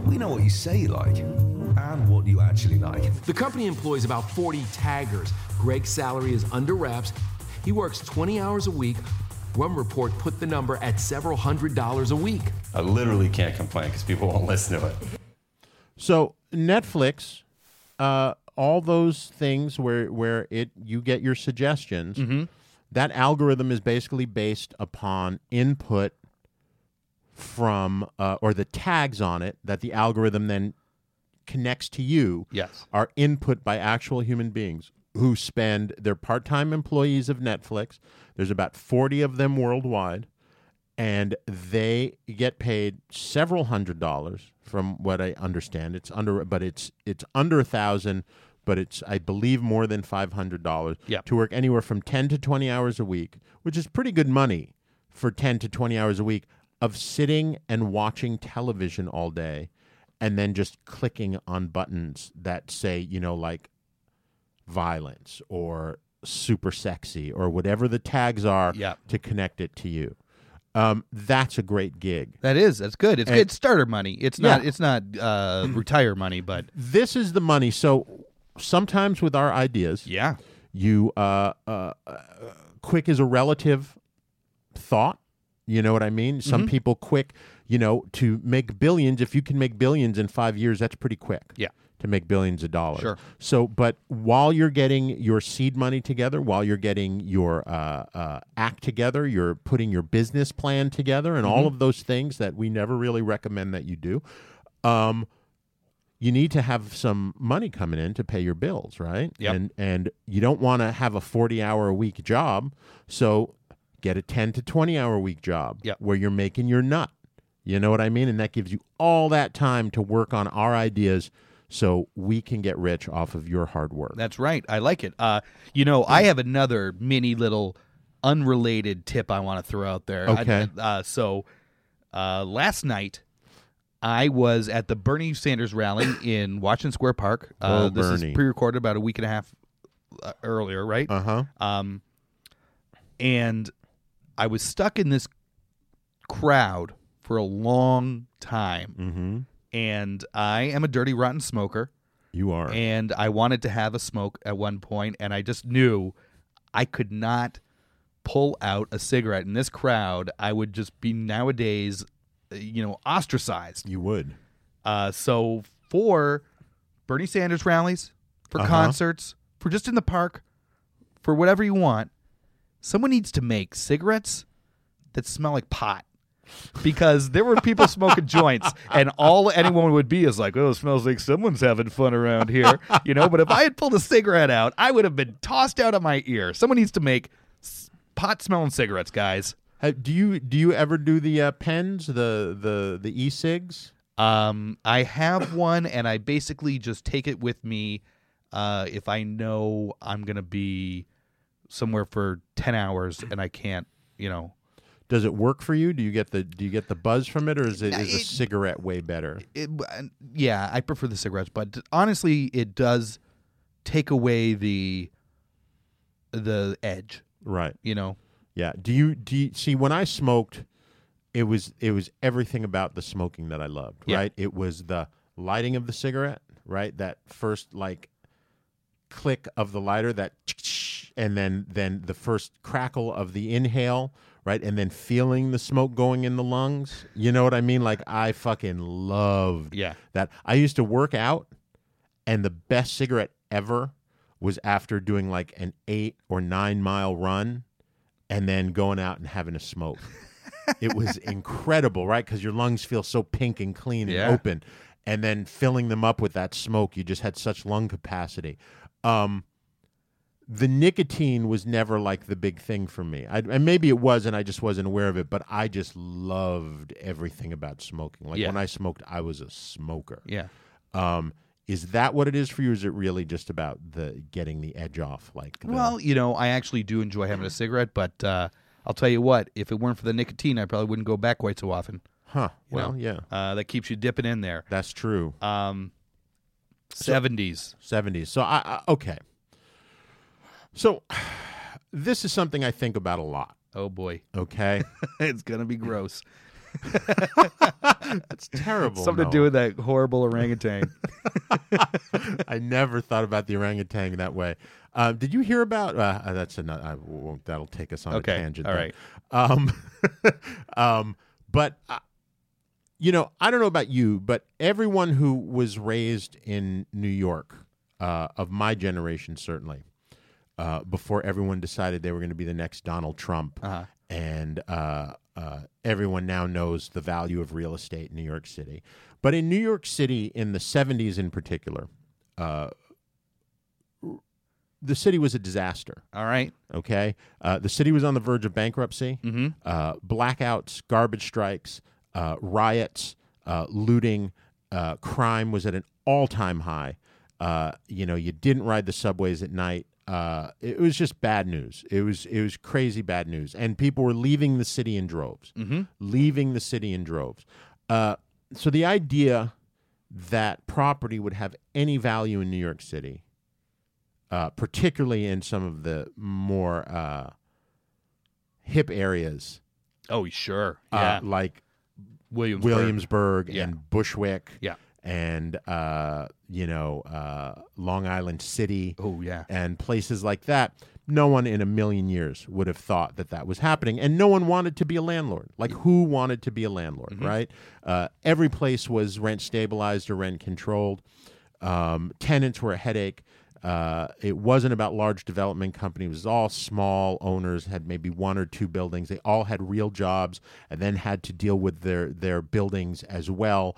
Speaker 11: We know what you say you like and what you actually like.
Speaker 9: The company employs about 40 taggers. Greg's salary is under wraps. He works 20 hours a week. One report put the number at several hundred dollars a week.
Speaker 10: I literally can't complain because people won't [laughs] listen to it.
Speaker 5: So Netflix, uh, all those things where where it you get your suggestions. That algorithm is basically based upon input from uh, or the tags on it that the algorithm then connects to you.
Speaker 6: Yes.
Speaker 5: are input by actual human beings who spend they're part time employees of Netflix. There's about forty of them worldwide and they get paid several hundred dollars from what I understand. It's under, but it's it's under a thousand, but it's I believe more than five hundred dollars
Speaker 6: Yep.
Speaker 5: to work anywhere from ten to twenty hours a week, which is pretty good money for ten to twenty hours a week of sitting and watching television all day, and then just clicking on buttons that say you know like violence or super sexy or whatever the tags are
Speaker 6: Yep.
Speaker 5: to connect it to you. Um, that's a great gig.
Speaker 6: That is, that's good. It's
Speaker 5: And-
Speaker 6: good starter money. It's not,
Speaker 5: Yeah.
Speaker 6: it's not
Speaker 5: [clears throat]
Speaker 6: uh, retire money, but
Speaker 5: This is the money. So sometimes with our ideas,
Speaker 6: yeah,
Speaker 5: you uh, uh, uh, quick is a relative thought. You know what I mean? Some
Speaker 6: Mm-hmm.
Speaker 5: people quick, you know, to make billions. If you can make billions in five years, that's pretty quick.
Speaker 6: Yeah.
Speaker 5: to make billions of dollars.
Speaker 6: Sure.
Speaker 5: So, but while you're getting your seed money together, while you're getting your uh, uh, act together, you're putting your business plan together, and all
Speaker 6: Mhm.
Speaker 5: of those things that we never really recommend that you do. Um, you need to have some money coming in to pay your bills, right?
Speaker 6: Yep.
Speaker 5: And and you don't want to have a 40-hour a week job, so get a 10 to 20-hour a week job
Speaker 6: Yep.
Speaker 5: where you're making your nut. You know what I mean? And that gives you all that time to work on our ideas so we can get rich off of your hard work.
Speaker 6: That's right. I like it. Uh, you know, I have another mini little unrelated tip I want to throw out there. I-
Speaker 5: Okay.
Speaker 6: uh, so uh, last night, I was at the Bernie Sanders rally
Speaker 5: [coughs]
Speaker 6: in Washington Square Park. Uh,
Speaker 5: Oh,
Speaker 6: this
Speaker 5: Bernie.
Speaker 6: is pre-recorded about a week and a half uh, earlier, right? Uh
Speaker 5: huh.
Speaker 6: Um, and I was stuck in this crowd for a long time,
Speaker 5: Mhm.
Speaker 6: and I am a dirty, rotten smoker.
Speaker 5: You are.
Speaker 6: And I wanted to have a smoke at one point, and I just knew I could not pull out a cigarette in this crowd. I would just be nowadays, uh, you know, ostracized.
Speaker 5: You would.
Speaker 6: Uh, so for Bernie Sanders rallies, for
Speaker 5: Uh-huh.
Speaker 6: concerts, for just in the park, for whatever you want, someone needs to make cigarettes that smell like pot. Because there were people smoking joints, and all anyone would be is like, "Oh, it smells like someone's having fun around here," you know. But if I had pulled a cigarette out, I would have been tossed out of my ear. Someone needs to make pot smelling cigarettes, guys.
Speaker 5: Uh, do you do you ever do the uh, pens, the the the e-cigs?
Speaker 6: Um, I have one, and I basically just take it with me. Uh, if I know I'm gonna be somewhere for ten hours and I can't, you know,
Speaker 5: Does it work for you? Do you get the do you get the buzz from it or is it is a cigarette way better?
Speaker 6: it, yeah, I prefer the cigarettes, but honestly, it does take away the the edge.
Speaker 5: Right.
Speaker 6: You know.
Speaker 5: Yeah. Do you do you, see when I smoked, it was it was everything about the smoking that I loved.
Speaker 6: Yeah.
Speaker 5: Right. It was the lighting of the cigarette. Right. That first like click of the lighter. That and then then the first crackle of the inhale. Right. And then feeling the smoke going in the lungs. You know what I mean? Like I fucking loved.
Speaker 6: Yeah.
Speaker 5: That I used to work out, and the best cigarette ever was after doing like an eight or nine mile run and then going out and having a smoke. it
Speaker 6: [laughs]
Speaker 5: was incredible, right? Because your lungs feel so pink and clean and
Speaker 6: Yeah.
Speaker 5: open. And then filling them up with that smoke, you just had such lung capacity. Um, the nicotine was never like the big thing for me. I, and maybe it was, and I just wasn't aware of it, but I just loved everything about smoking. Like
Speaker 6: Yeah.
Speaker 5: when I smoked, I was a smoker.
Speaker 6: Yeah.
Speaker 5: Um, is that what it is for you? Or is it really just about the getting the edge off? Like, the-
Speaker 6: Well, you know, I actually do enjoy having a cigarette, but uh, I'll tell you what, if it weren't for the nicotine, I probably wouldn't go back quite so often.
Speaker 5: Huh.
Speaker 6: You
Speaker 5: Well,
Speaker 6: know?
Speaker 5: yeah.
Speaker 6: Uh, that keeps you dipping in there.
Speaker 5: That's true.
Speaker 6: Um, 70s.
Speaker 5: 70s. So I, I okay. So [sighs] this is something I think about a lot.
Speaker 6: Oh boy.
Speaker 5: Okay.
Speaker 6: [laughs] it's going to be gross.
Speaker 5: That's
Speaker 6: [laughs]
Speaker 5: terrible.
Speaker 6: Something to do with that horrible orangutan. [laughs]
Speaker 5: I never thought about the orangutan that way. Um, did you hear about? Uh, uh, that's another. I won't. That'll take us on
Speaker 6: Okay,
Speaker 5: a tangent.
Speaker 6: all
Speaker 5: then. Um, [laughs] um, but uh, you know, I don't know about you, but everyone who was raised in New York uh, of my generation, certainly, uh, before everyone decided they were going to be the next Donald Trump,
Speaker 6: Uh-huh.
Speaker 5: and uh, uh, everyone now knows the value of real estate in New York City. But in New York City, in the '70s in particular, uh, the city was a disaster.
Speaker 6: All right.
Speaker 5: Okay. Uh, the city was on the verge of bankruptcy. Uh, blackouts, garbage strikes, uh, riots, uh, looting, uh, crime was at an all time high. Uh, you know, you didn't ride the subways at night. Uh, it was just bad news. It was it was crazy bad news, and people were leaving the city in droves.
Speaker 6: Mhm.
Speaker 5: Leaving the city in droves. Uh, so the idea that property would have any value in New York City uh, particularly in some of the more uh, hip areas,
Speaker 6: Oh, sure.
Speaker 5: uh,
Speaker 6: Yeah.
Speaker 5: like
Speaker 6: Williamsburg.
Speaker 5: Williamsburg
Speaker 6: Yeah.
Speaker 5: and Bushwick,
Speaker 6: Yeah.
Speaker 5: and uh, you know uh, Long Island City.
Speaker 6: Oh yeah,
Speaker 5: and places like that. No one in a million years would have thought that that was happening, and no one wanted to be a landlord. Like who wanted
Speaker 6: Mm-hmm.
Speaker 5: to be a landlord, right? Uh, every place was rent stabilized or rent controlled. Um, tenants were a headache. Uh, it wasn't about large development companies. It was all small owners had maybe one or two buildings. They all had real jobs and then had to deal with their their buildings as well.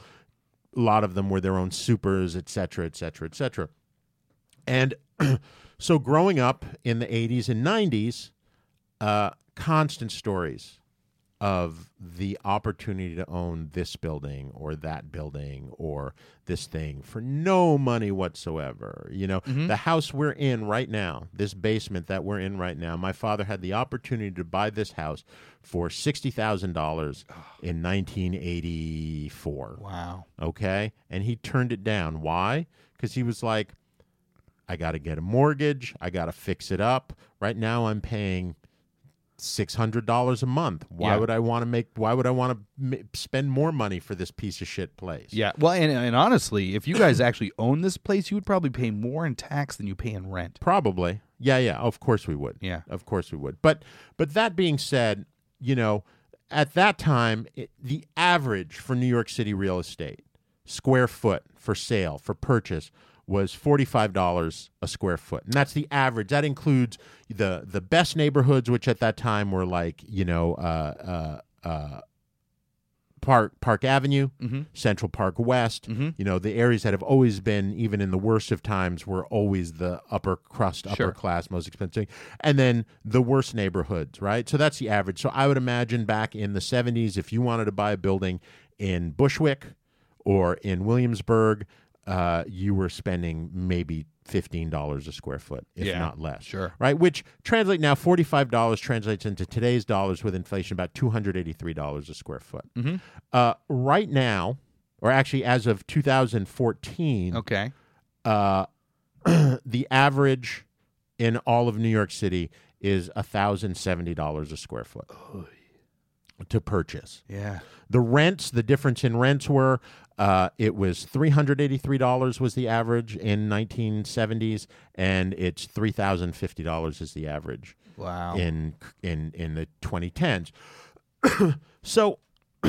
Speaker 5: A lot of them were their own supers, et cetera, et cetera, et cetera. And [clears throat] so growing up in the 80s and 90s, uh, constant stories of the opportunity to own this building or that building or this thing for no money whatsoever. You know,
Speaker 12: Mhm.
Speaker 5: the house we're in right now, this basement that we're in right now, my father had the opportunity to buy this house for $60,000 in 1984.
Speaker 6: Wow.
Speaker 5: Okay. And he turned it down. Why? Because he was like, I got to get a mortgage. I got to fix it up. Right now, I'm paying six hundred dollars a month. Why
Speaker 6: Yeah.
Speaker 5: would I want to make? Why would I want to m- spend more money for this piece of shit place?
Speaker 6: Yeah. Well, and, and honestly, if you guys actually own this place, you would probably pay more in tax than you pay in rent.
Speaker 5: Probably. Yeah, yeah. Of course we would.
Speaker 6: Yeah.
Speaker 5: Of course we would. But but that being said, you know, at that time, it, the average for New York City real estate square foot for sale for purchase was $45 a square foot. And that's the average. That includes the the best neighborhoods which at that time were like, you know, uh uh uh Park Park Avenue,
Speaker 6: Mhm.
Speaker 5: Central Park West.
Speaker 6: Mm-hmm.
Speaker 5: You know the areas that have always been, even in the worst of times, were always the upper crust, upper
Speaker 6: Sure.
Speaker 5: class, most expensive, and then the worst neighborhoods, right? So that's the average. So I would imagine back in the '70s, if you wanted to buy a building in Bushwick or in Williamsburg, uh, you were spending maybe fifteen dollars a square foot, if
Speaker 6: Yeah,
Speaker 5: not less.
Speaker 6: sure.
Speaker 5: right? Which translate now forty five dollars translates into today's dollars with inflation about two hundred eighty three dollars a square foot.
Speaker 6: Mhm.
Speaker 5: Uh, right now, or actually as of 2014,
Speaker 6: Okay.
Speaker 5: uh, the average in all of New York City is thousand seventy dollars a square foot to purchase.
Speaker 6: Yeah.
Speaker 5: The rents, the difference in rents were uh, it was three hundred eighty three dollars was the average in nineteen seventies, and it's three thousand fifty dollars is the average.
Speaker 6: Wow.
Speaker 5: In in in the twenty tens. [coughs] so [coughs]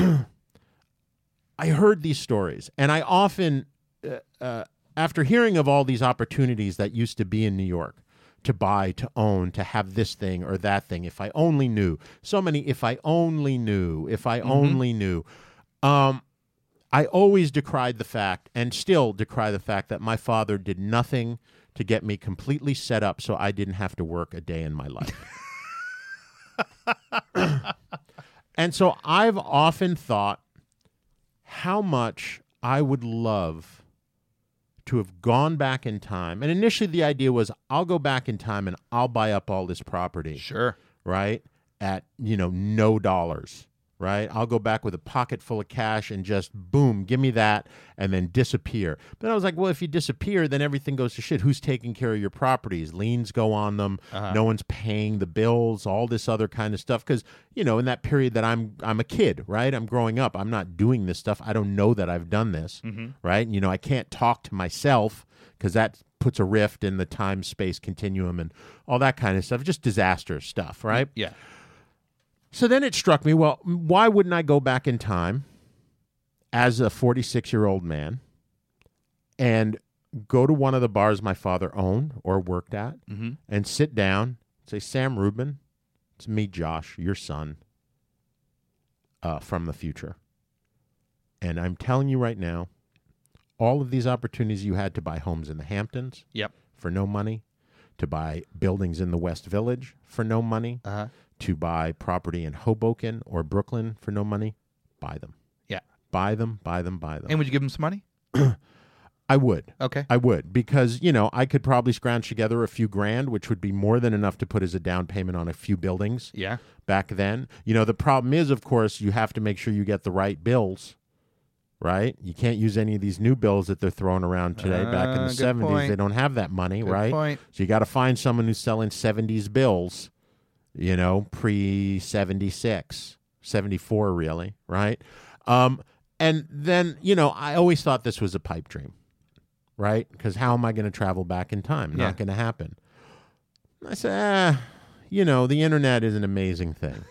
Speaker 5: I heard these stories, and I often, uh, uh, after hearing of all these opportunities that used to be in New York to buy, to own, to have this thing or that thing, if I only knew, so many, if I only knew, if I
Speaker 6: Mhm.
Speaker 5: only knew, um, I always decried the fact and still decry the fact that my father did nothing to get me completely set up so I didn't have to work a day in my life. And so I've often thought how much I would love to have gone back in time. And initially the idea was I'll go back in time and I'll buy up all this property.
Speaker 6: Sure.
Speaker 5: Right? At, you know, no dollars. Right? I'll go back with a pocket full of cash and just boom, give me that and then disappear. But I was like, well, if you disappear, then everything goes to shit. Who's taking care of your properties? Liens go on them.
Speaker 6: Uh-huh.
Speaker 5: No one's paying the bills, all this other kind of stuff. Because you know, in that period that I'm I'm a kid, right? I'm growing up. I'm not doing this stuff. I don't know that I've done this,
Speaker 6: Mhm.
Speaker 5: right? You know, I can't talk to myself because that puts a rift in the time space continuum and all that kind of stuff. Just disaster stuff, right?
Speaker 6: Yeah.
Speaker 5: So then it struck me, well, why wouldn't I go back in time as a 46 year old man and go to one of the bars my father owned or worked at
Speaker 6: Mhm.
Speaker 5: and sit down, say, Sam Rubin, it's me, Josh, your son uh, from the future. And I'm telling you right now, all of these opportunities you had to buy homes in the Hamptons
Speaker 6: Yep.
Speaker 5: for no money, to buy buildings in the West Village for no money,
Speaker 6: uh-huh.
Speaker 5: to buy property in Hoboken or Brooklyn for no money, buy them.
Speaker 6: Yeah.
Speaker 5: Buy them, buy them, buy them.
Speaker 6: And would you give him some money?
Speaker 5: I would.
Speaker 6: Okay.
Speaker 5: Oh. I would because, you know, I could probably scrounge together a few grand, which would be more than enough to put as a down payment on a few buildings.
Speaker 6: Yeah.
Speaker 5: Back then. You know, the problem is, of course, you have to make sure you get the right bills, right? You can't use any of these new bills that they're throwing around today. Back in
Speaker 6: Ah,
Speaker 5: the
Speaker 6: good
Speaker 5: 70s, they
Speaker 6: point.
Speaker 5: don't have that money,
Speaker 6: Good
Speaker 5: right?
Speaker 6: point.
Speaker 5: So you got to find someone who's selling 70s bills, you know, pre 76, 74, really, right? Um, and then, you know, I always thought this was a pipe dream, right? Because how am I going to travel back in time?
Speaker 6: Yeah.
Speaker 5: Not going to happen. I said, ah, you know, the internet is an amazing thing.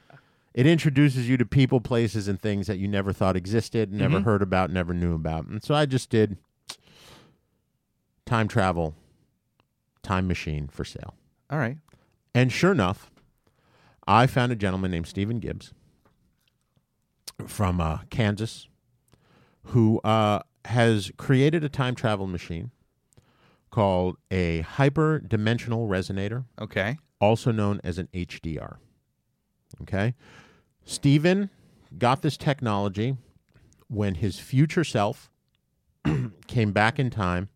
Speaker 5: [coughs] it introduces you to people, places, and things that you never thought existed, never
Speaker 6: Mhm.
Speaker 5: heard about, never knew about. And so I just did time travel, time machine for sale.
Speaker 6: All right.
Speaker 5: And sure enough, I found a gentleman named Stephen Gibbs from uh, Kansas who uh, has created a time travel machine called a hyperdimensional resonator.
Speaker 6: Okay.
Speaker 5: Also known as an HDR. Okay. Stephen got this technology when his future self [clears throat] came back in time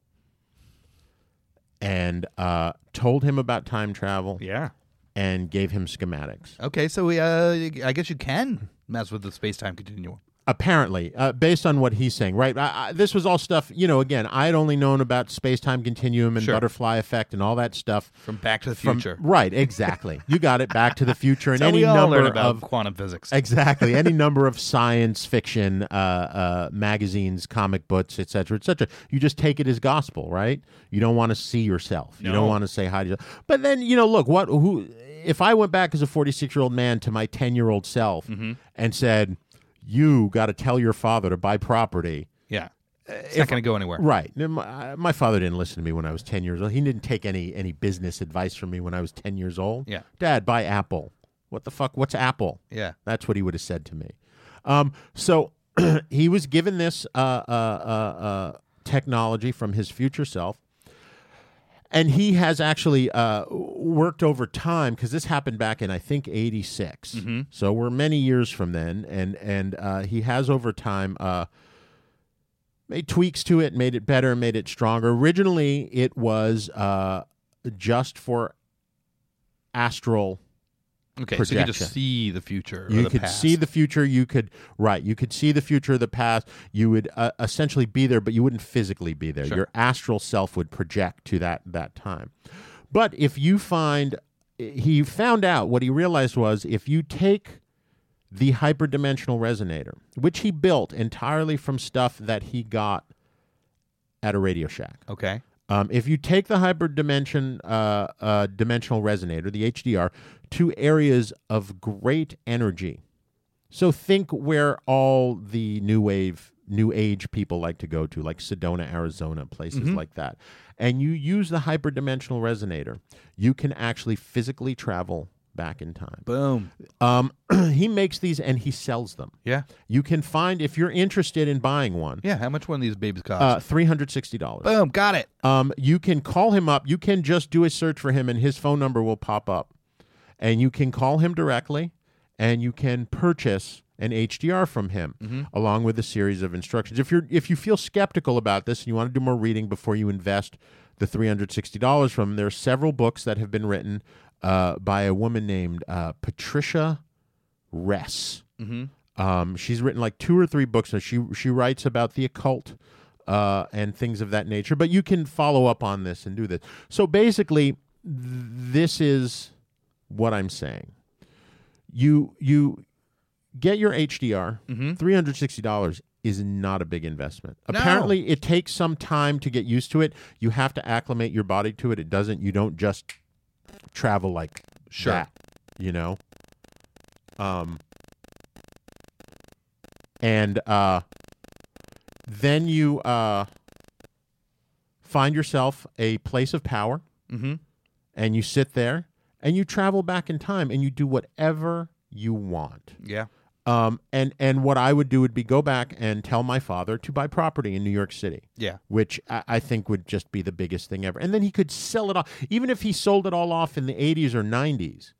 Speaker 5: and uh, told him about time travel.
Speaker 6: Yeah.
Speaker 5: And gave him schematics.
Speaker 6: Okay, so we, uh, I guess you can mess with the space time continuum.
Speaker 5: apparently uh, based on what he's saying right I, I, this was all stuff you know again i had only known about space-time continuum and
Speaker 6: Sure.
Speaker 5: butterfly effect and all that stuff
Speaker 6: From Back to the Future.
Speaker 5: right exactly you got it back to
Speaker 6: [laughs]
Speaker 5: the future and
Speaker 6: So
Speaker 5: any
Speaker 6: we all
Speaker 5: number
Speaker 6: learn about
Speaker 5: of
Speaker 6: quantum physics.
Speaker 5: exactly any number of science fiction uh, uh, magazines comic books etc cetera, etc cetera. you just take it as gospel right you don't want to see yourself you
Speaker 6: No.
Speaker 5: don't want to say hi to yourself but then you know look what who if i went back as a 46 year old man to my 10 year old self
Speaker 6: Mhm.
Speaker 5: and said you got to tell your father to buy property
Speaker 6: Yeah.
Speaker 5: Uh,
Speaker 6: It's not going to go anywhere.
Speaker 5: Right. No, My, my father didn't listen to me when I was 10 years old. He didn't take any, any business advice from me when I was 10 years old.
Speaker 6: Yeah.
Speaker 5: Dad, buy Apple. What the fuck? What's Apple?
Speaker 6: Yeah.
Speaker 5: That's what he would have said to me. Um, so [clears throat] he was given this uh, uh, uh, uh, technology from his future self. And he has actually uh, worked over time because this happened back in I think '86,
Speaker 6: Mhm.
Speaker 5: so we're many years from then. And and uh, he has over time uh, made tweaks to it, made it better, made it stronger. Originally, it was uh, just for astral.
Speaker 6: Okay, so you
Speaker 5: projection.
Speaker 6: could just see the future. or
Speaker 5: You
Speaker 6: the
Speaker 5: could
Speaker 6: past.
Speaker 5: see the future. You could right. You could see the future, the past. You would uh, essentially be there, but you wouldn't physically be there.
Speaker 6: Sure.
Speaker 5: Your astral self would project to that that time. But if you find, he found out what he realized was if you take the hyperdimensional resonator, which he built entirely from stuff that he got at a Radio Shack.
Speaker 6: Okay.
Speaker 5: Um, if you take the hyperdimension uh, uh, dimensional resonator, the HDR, to areas of great energy, so think where all the new wave, new age people like to go to, like Sedona, Arizona, places
Speaker 6: Mm-hmm.
Speaker 12: Mhm.
Speaker 5: like that, and you use the hyperdimensional resonator, you can actually physically travel back in time.
Speaker 6: Boom.
Speaker 5: Um, [clears throat] he makes these and he sells them.
Speaker 6: Yeah.
Speaker 5: You can find if you're interested in buying one.
Speaker 6: Yeah. How much one of these babies cost?
Speaker 5: Uh, three hundred sixty dollars.
Speaker 6: Boom. Got it.
Speaker 5: Um, you can call him up. You can just do a search for him, and his phone number will pop up. And you can call him directly, and you can purchase an HDR from him,
Speaker 12: Mhm.
Speaker 5: along with a series of instructions. If you're if you feel skeptical about this and you want to do more reading before you invest the three hundred sixty dollars from him, there are several books that have been written uh, by a woman named uh, Patricia Ress.
Speaker 6: Mhm.
Speaker 5: Um, she's written like two or three books. Now she she writes about the occult uh, and things of that nature. But you can follow up on this and do this. So basically, th- this is what I'm saying. You you get your HDR. hundred sixty dollars is not a big investment.
Speaker 12: No.
Speaker 5: Apparently, it takes some time to get used to it. You have to acclimate your body to it. It doesn't. You don't just travel like
Speaker 6: Sure.
Speaker 5: that. You know. Um and uh, then you uh, find yourself a place of power
Speaker 6: Mhm.
Speaker 5: and you sit there and you travel back in time and you do whatever you want
Speaker 6: Yeah.
Speaker 5: um, and and what i would do would be go back and tell my father to buy property in new york city
Speaker 6: Yeah.
Speaker 5: which I, I think would just be the biggest thing ever and then he could sell it off even if he sold it all off in the 80s or 90s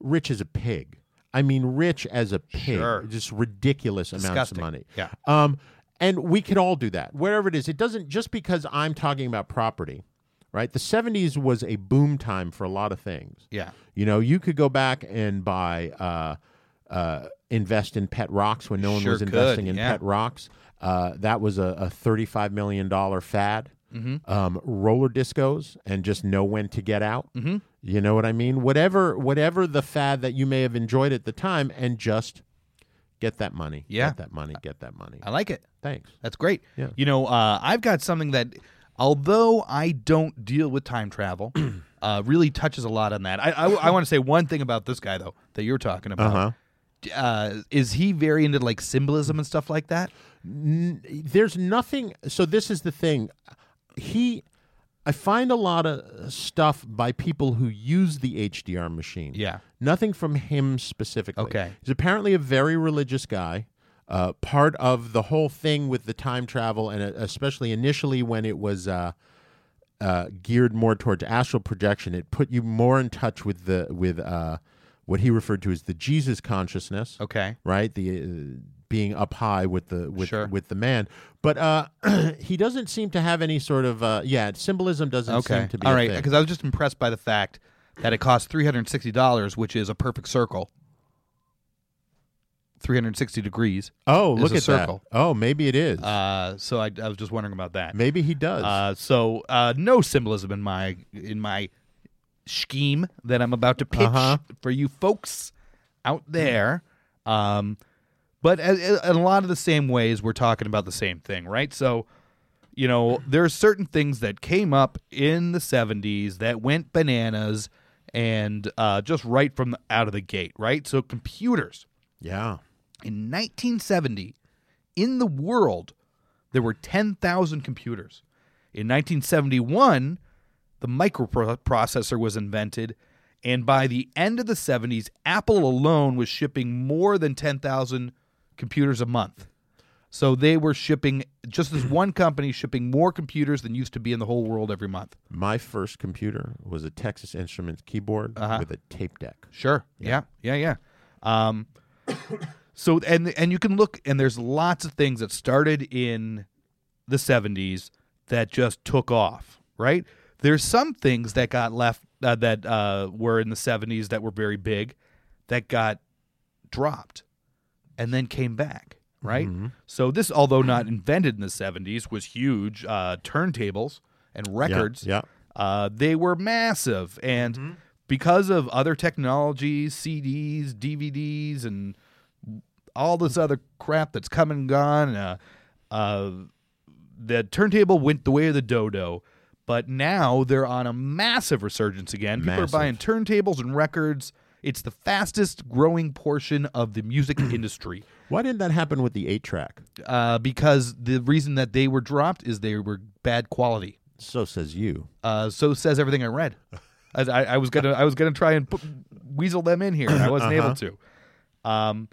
Speaker 5: rich as a pig i mean rich as a pig
Speaker 6: Sure.
Speaker 5: just ridiculous amounts of
Speaker 6: Disgusting.
Speaker 5: money.
Speaker 6: Yeah.
Speaker 5: Um, and we could all do that, wherever it is. It doesn't just because I'm talking about property, right? The 70s was a boom time for a lot of things.
Speaker 6: Yeah.
Speaker 5: You know, you could go back and buy, uh, uh, invest in Pet Rocks when no one
Speaker 6: Sure
Speaker 5: was
Speaker 6: could,
Speaker 5: investing in
Speaker 6: yeah.
Speaker 5: Pet Rocks. Uh, that was a, a $35 million fad.
Speaker 6: Mhm.
Speaker 5: Um, roller discos and just know when to get out.
Speaker 6: Mhm.
Speaker 5: You know what I mean? Whatever, whatever the fad that you may have enjoyed at the time, and just get that money.
Speaker 6: Yeah.
Speaker 5: Get that money. Get that money.
Speaker 6: I like it.
Speaker 5: Thanks.
Speaker 6: That's great.
Speaker 5: Yeah.
Speaker 6: You know, uh, I've got something that, although I don't deal with time
Speaker 5: [clears throat]
Speaker 6: travel, uh, really touches a lot on that. I, I, want to say one thing about this guy though that you're talking about.
Speaker 5: Uh-huh.
Speaker 6: D- Uh, is he very into like symbolism and stuff like that?
Speaker 5: N- there's nothing. So this is the thing. He I find a lot of stuff by people who use the HDR machine.
Speaker 6: Yeah.
Speaker 5: Nothing from him specifically.
Speaker 6: Okay.
Speaker 5: He's apparently a very religious guy. Uh, part of the whole thing with the time travel, and uh, especially initially when it was uh, uh, geared more towards astral projection, it put you more in touch with the with uh, what he referred to as the Jesus consciousness.
Speaker 6: Okay.
Speaker 5: Right. The uh, being up high with the with
Speaker 6: Sure.
Speaker 5: with the man, but uh, [clears throat] he doesn't seem to have any sort of uh, yeah symbolism doesn't
Speaker 6: Okay.
Speaker 5: seem to be
Speaker 6: All
Speaker 5: a
Speaker 6: right.
Speaker 5: thing.
Speaker 6: Because I was just impressed by the fact that it cost three hundred and sixty dollars, which is a perfect circle. Three hundred and sixty degrees.
Speaker 5: Oh,
Speaker 6: is
Speaker 5: look
Speaker 6: a
Speaker 5: at
Speaker 6: circle.
Speaker 5: that. Oh, maybe it is.
Speaker 6: Uh, so I, I was just wondering about that.
Speaker 5: Maybe he does.
Speaker 6: Uh, so uh, no symbolism in my in my scheme that I'm about to pitch
Speaker 5: Uh-huh.
Speaker 6: for you folks out there. Um, but a- a- in a lot of the same ways, we're talking about the same thing, right? So you know, there are certain things that came up in the 70s that went bananas and uh, just right from the, out of the gate, right? So computers.
Speaker 5: Yeah.
Speaker 6: In 1970, in the world, there were 10,000 computers. In 1971, the microprocessor was invented. And by the end of the 70s, Apple alone was shipping more than 10,000 computers a month. So they were shipping, just as one company, shipping more computers than used to be in the whole world every month.
Speaker 5: My first computer was a Texas Instruments keyboard
Speaker 6: Uh-huh.
Speaker 5: with a tape deck.
Speaker 6: Sure. Yeah. Yeah. Yeah. Um, so and and you can look and there's lots of things that started in the 70s that just took off. Right. There's some things that got left uh, that uh, were in the 70s that were very big that got dropped and then came back. Right.
Speaker 5: Mm-hmm.
Speaker 6: So this, although not invented in the 70s, was huge. Uh, turntables and records.
Speaker 5: yeah. Mm-hmm.
Speaker 6: Uh, they were massive, and because of other technologies, CDs, DVDs, and all this other crap that's come and gone, uh, uh, the turntable went the way of the dodo. But now they're on a massive resurgence again. People
Speaker 5: Massive.
Speaker 6: are buying turntables and records. It's the fastest growing portion of the music industry
Speaker 5: Why didn't that happen with the eight track?
Speaker 6: uh, because the reason that they were dropped is they were bad quality.
Speaker 5: So says you.
Speaker 6: Uh, so says everything I read. I, I, I was gonna I was gonna try and put, weasel them in here. and I wasn't able to. Um,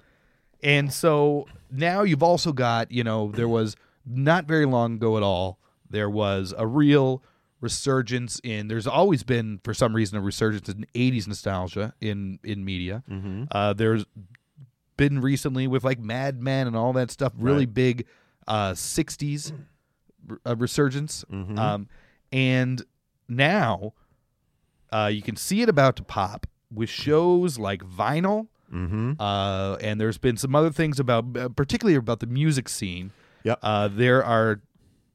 Speaker 6: and so now you've also got you know there was not very long ago at all there was a real resurgence in there's always been for some reason a resurgence in 80s nostalgia in in media uh, there's been recently with like mad men and all that stuff really big uh 60s r- uh, resurgence um and now uh you can see it about to pop with shows like vinyl uh and there's been some other things about uh, particularly about the music scene
Speaker 5: Yep.
Speaker 6: uh there are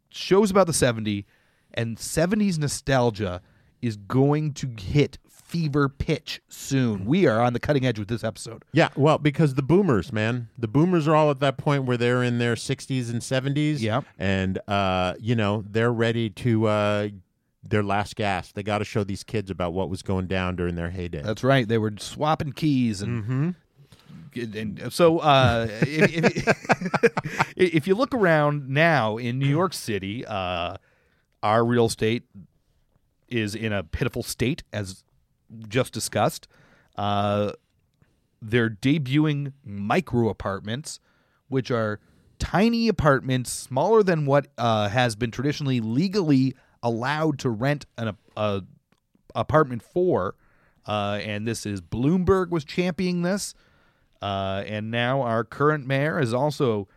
Speaker 6: shows about the 70 and 70s nostalgia is going to hit fever pitch soon we are on the cutting edge with this episode
Speaker 5: Yeah, well, because the boomers, man, the boomers are all at that point where they're in their sixties and seventies.
Speaker 6: Yep.
Speaker 5: and uh, you know they're ready to uh, their last gasp. They got to show these kids about what was going down during their heyday.
Speaker 6: That's right. They were swapping keys and. And so, uh, [laughs] if, if, [laughs] if you look around now in New York City, uh, our real estate is in a pitiful state, as just discussed. Uh, they're debuting micro apartments, which are tiny apartments smaller than what uh, has been traditionally legally allowed to rent an ap- a apartment for. Uh, and this is Bloomberg was championing this, uh, and now our current mayor is also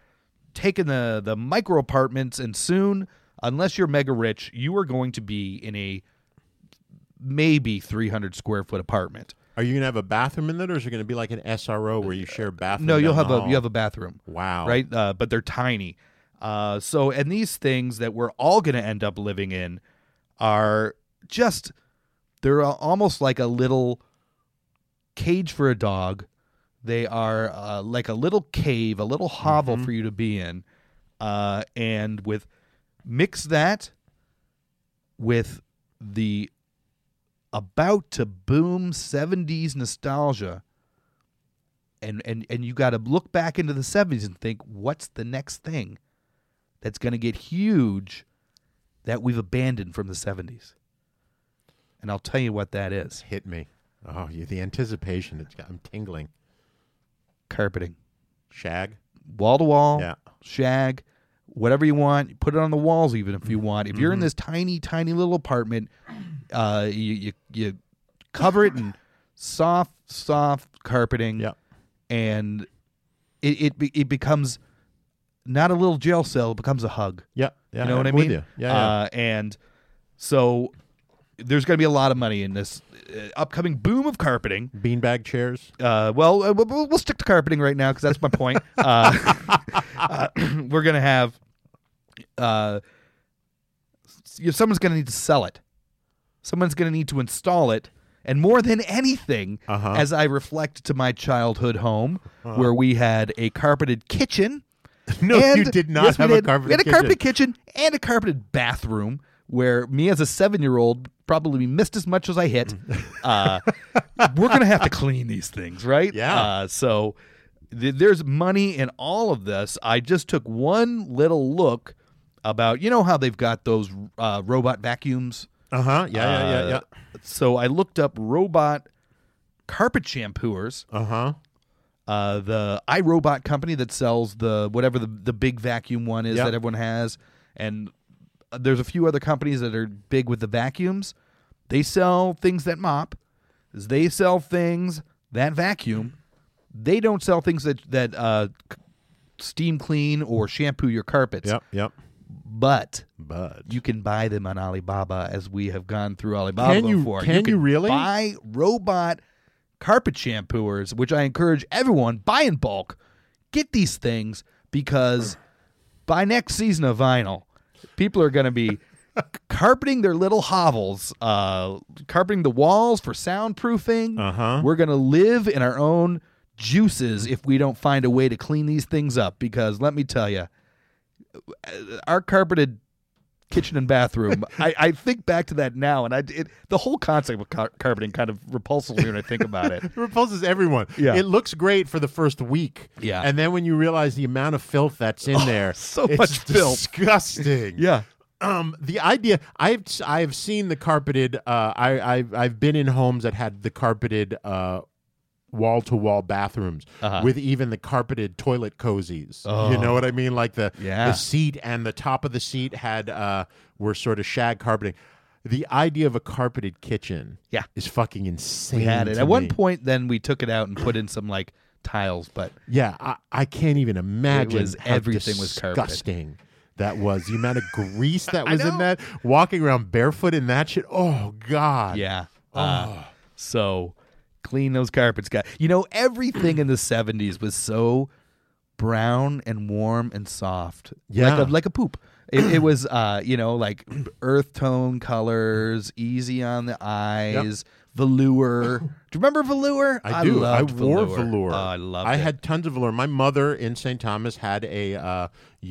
Speaker 6: taking the the micro apartments. And soon, unless you're mega rich, you are going to be in a maybe 300 square foot apartment.
Speaker 5: Are you gonna have a bathroom in it, or is it gonna be like an SRO where you share a bathroom?
Speaker 6: No, you'll
Speaker 5: down
Speaker 6: have
Speaker 5: the
Speaker 6: a
Speaker 5: hall?
Speaker 6: you have a bathroom.
Speaker 5: Wow.
Speaker 6: Right, uh, but they're tiny. Uh, so and these things that we're all going to end up living in are just they're al- almost like a little cage for a dog. They are uh, like a little cave, a little hovel
Speaker 5: Mm-hmm.
Speaker 6: for you to be in, uh, and with mix that with the about to boom 70s nostalgia and and and you got to look back into the 70s and think what's the next thing that's going to get huge that we've abandoned from the 70s. And I'll tell you what that is.
Speaker 5: Hit me. Oh, you, the anticipation. It's got, I'm tingling.
Speaker 6: Carpeting.
Speaker 5: Shag.
Speaker 6: Wall to wall.
Speaker 5: Yeah.
Speaker 6: Shag. Whatever you want. Put it on the walls even if you
Speaker 5: Mm-hmm.
Speaker 6: want. If you're in this tiny, tiny little apartment, uh, you, you, you cover it in soft, soft carpeting. Yeah. And it, it, be- it becomes not a little jail cell, it becomes a hug.
Speaker 5: Yeah. yeah
Speaker 6: you know what I
Speaker 5: I'm with
Speaker 6: mean?
Speaker 5: you. Yeah, yeah.
Speaker 6: Uh, and so there's going to be a lot of money in this uh, upcoming boom of carpeting.
Speaker 5: Beanbag chairs.
Speaker 6: Uh, well, uh, we'll- we'll, we'll stick to carpeting right now because that's my point. uh, uh, [clears throat] we're going to have uh, s- you know, someone's going to need to sell it. Someone's going to need to install it. And more than anything, as I reflect to my childhood home, where we had a carpeted kitchen.
Speaker 5: [laughs] No, you
Speaker 6: and-
Speaker 5: did not
Speaker 6: yes, we
Speaker 5: have a
Speaker 6: did.
Speaker 5: carpeted
Speaker 6: We had a
Speaker 5: kitchen.
Speaker 6: carpeted kitchen and a carpeted bathroom where me as a seven-year-old probably missed as much as I hit.
Speaker 5: Mm. [laughs]
Speaker 6: uh, we're going to have to clean these things, right? Yeah. Uh, so th- there's money in all of this. I just took one little look about you know how they've got those uh, robot vacuums. Uh,
Speaker 5: Uh-huh. Yeah, yeah, yeah, yeah.
Speaker 6: So I looked up robot carpet shampooers.
Speaker 5: Uh-huh.
Speaker 6: Uh The iRobot company that sells the whatever the the big vacuum one is
Speaker 5: Yeah.
Speaker 6: that everyone has, and uh, there's a few other companies that are big with the vacuums. They sell things that mop. They sell things that vacuum. They don't sell things that that uh, c- steam clean or shampoo your carpets.
Speaker 5: Yep, yep.
Speaker 6: But
Speaker 5: but
Speaker 6: you can buy them on Alibaba as we have gone through Alibaba
Speaker 5: Can you-
Speaker 6: before.
Speaker 5: can you really?
Speaker 6: buy robot carpet shampooers, which I encourage everyone buy in bulk. Get these things because by next season of vinyl, people are going to
Speaker 5: [laughs]
Speaker 6: be carpeting their little hovels, uh, carpeting the walls for soundproofing. Uh-huh. We're going to live in our own juices if we don't find a way to clean these things up because let me tell you our carpeted kitchen and
Speaker 5: [laughs]
Speaker 6: bathroom. I, I think back to that now, and I it, the whole concept of car- carpeting kind of repulses me when I think about
Speaker 5: [laughs]
Speaker 6: it.
Speaker 5: repulses everyone.
Speaker 6: Yeah.
Speaker 5: It looks great for the first week.
Speaker 6: Yeah. Oh,
Speaker 5: And then when you realize the amount of filth that's in
Speaker 6: [laughs]
Speaker 5: there,
Speaker 6: so
Speaker 5: it's
Speaker 6: much filth.
Speaker 5: disgusting.
Speaker 6: Yeah.
Speaker 5: Um, the idea I've I've seen the carpeted. Uh, I I've, I've been in homes that had the carpeted uh, wall-to-wall bathrooms
Speaker 6: Uh-huh.
Speaker 5: with even the carpeted toilet cozies.
Speaker 6: Oh.
Speaker 5: You know what I mean? Like the
Speaker 6: Yeah.
Speaker 5: the seat and the top of the seat had uh, were sort of shag carpeting. The idea of a carpeted kitchen,
Speaker 6: Yeah.
Speaker 5: is fucking insane.
Speaker 6: We had it
Speaker 5: to
Speaker 6: at one
Speaker 5: me.
Speaker 6: point. Then we took it out and put in some like tiles, but
Speaker 5: Yeah, I, I can't even imagine.
Speaker 6: was-
Speaker 5: how
Speaker 6: everything was carpet.
Speaker 5: disgusting That was the amount of grease
Speaker 6: [laughs]
Speaker 5: that
Speaker 6: I
Speaker 5: was
Speaker 6: know.
Speaker 5: in that. Walking around barefoot in that shit. Oh God.
Speaker 6: yeah.
Speaker 5: Oh.
Speaker 6: Uh, so clean those carpets, guy. You know everything in the '70s was so brown and warm and soft.
Speaker 5: Yeah.
Speaker 6: like a, like a poop. It, it was, uh, you know, like earth tone colors, easy on the eyes, velour. Do you remember velour?
Speaker 5: I, do. I
Speaker 6: loved
Speaker 5: wore velour.
Speaker 6: Oh, I loved
Speaker 5: I
Speaker 6: it.
Speaker 5: had tons of velour. My mother in St. Thomas had a uh,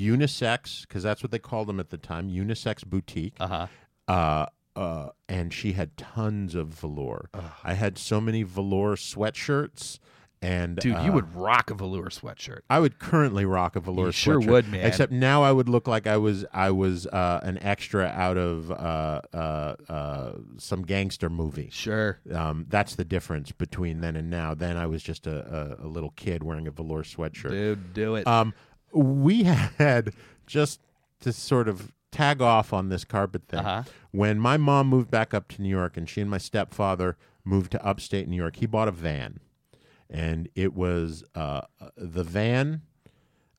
Speaker 5: unisex, because that's what they called them at the time, unisex boutique.
Speaker 6: Uh-huh.
Speaker 5: Uh uh, and she had tons of velour. I had so many velour sweatshirts, and
Speaker 6: dude.
Speaker 5: uh,
Speaker 6: you would rock a velour sweatshirt.
Speaker 5: I would currently rock a velour
Speaker 6: You sure
Speaker 5: sweatshirt,
Speaker 6: would, man.
Speaker 5: Except now I would look like I was I was uh, an extra out of uh, uh, uh, some gangster movie.
Speaker 6: Sure.
Speaker 5: Um, that's the difference between then and now. Then I was just a, a, a little kid wearing a velour sweatshirt.
Speaker 6: Dude, do it.
Speaker 5: Um, we [laughs] had just to sort of tag off on this carpet thing.
Speaker 6: Uh-huh.
Speaker 5: When my mom moved back up to New York, and she and my stepfather moved to upstate New York, he bought a van, and it was uh, the van.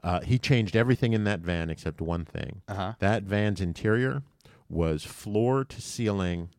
Speaker 5: Uh, he changed everything in that van except one thing.
Speaker 6: Uh-huh.
Speaker 5: That van's interior was floor to ceiling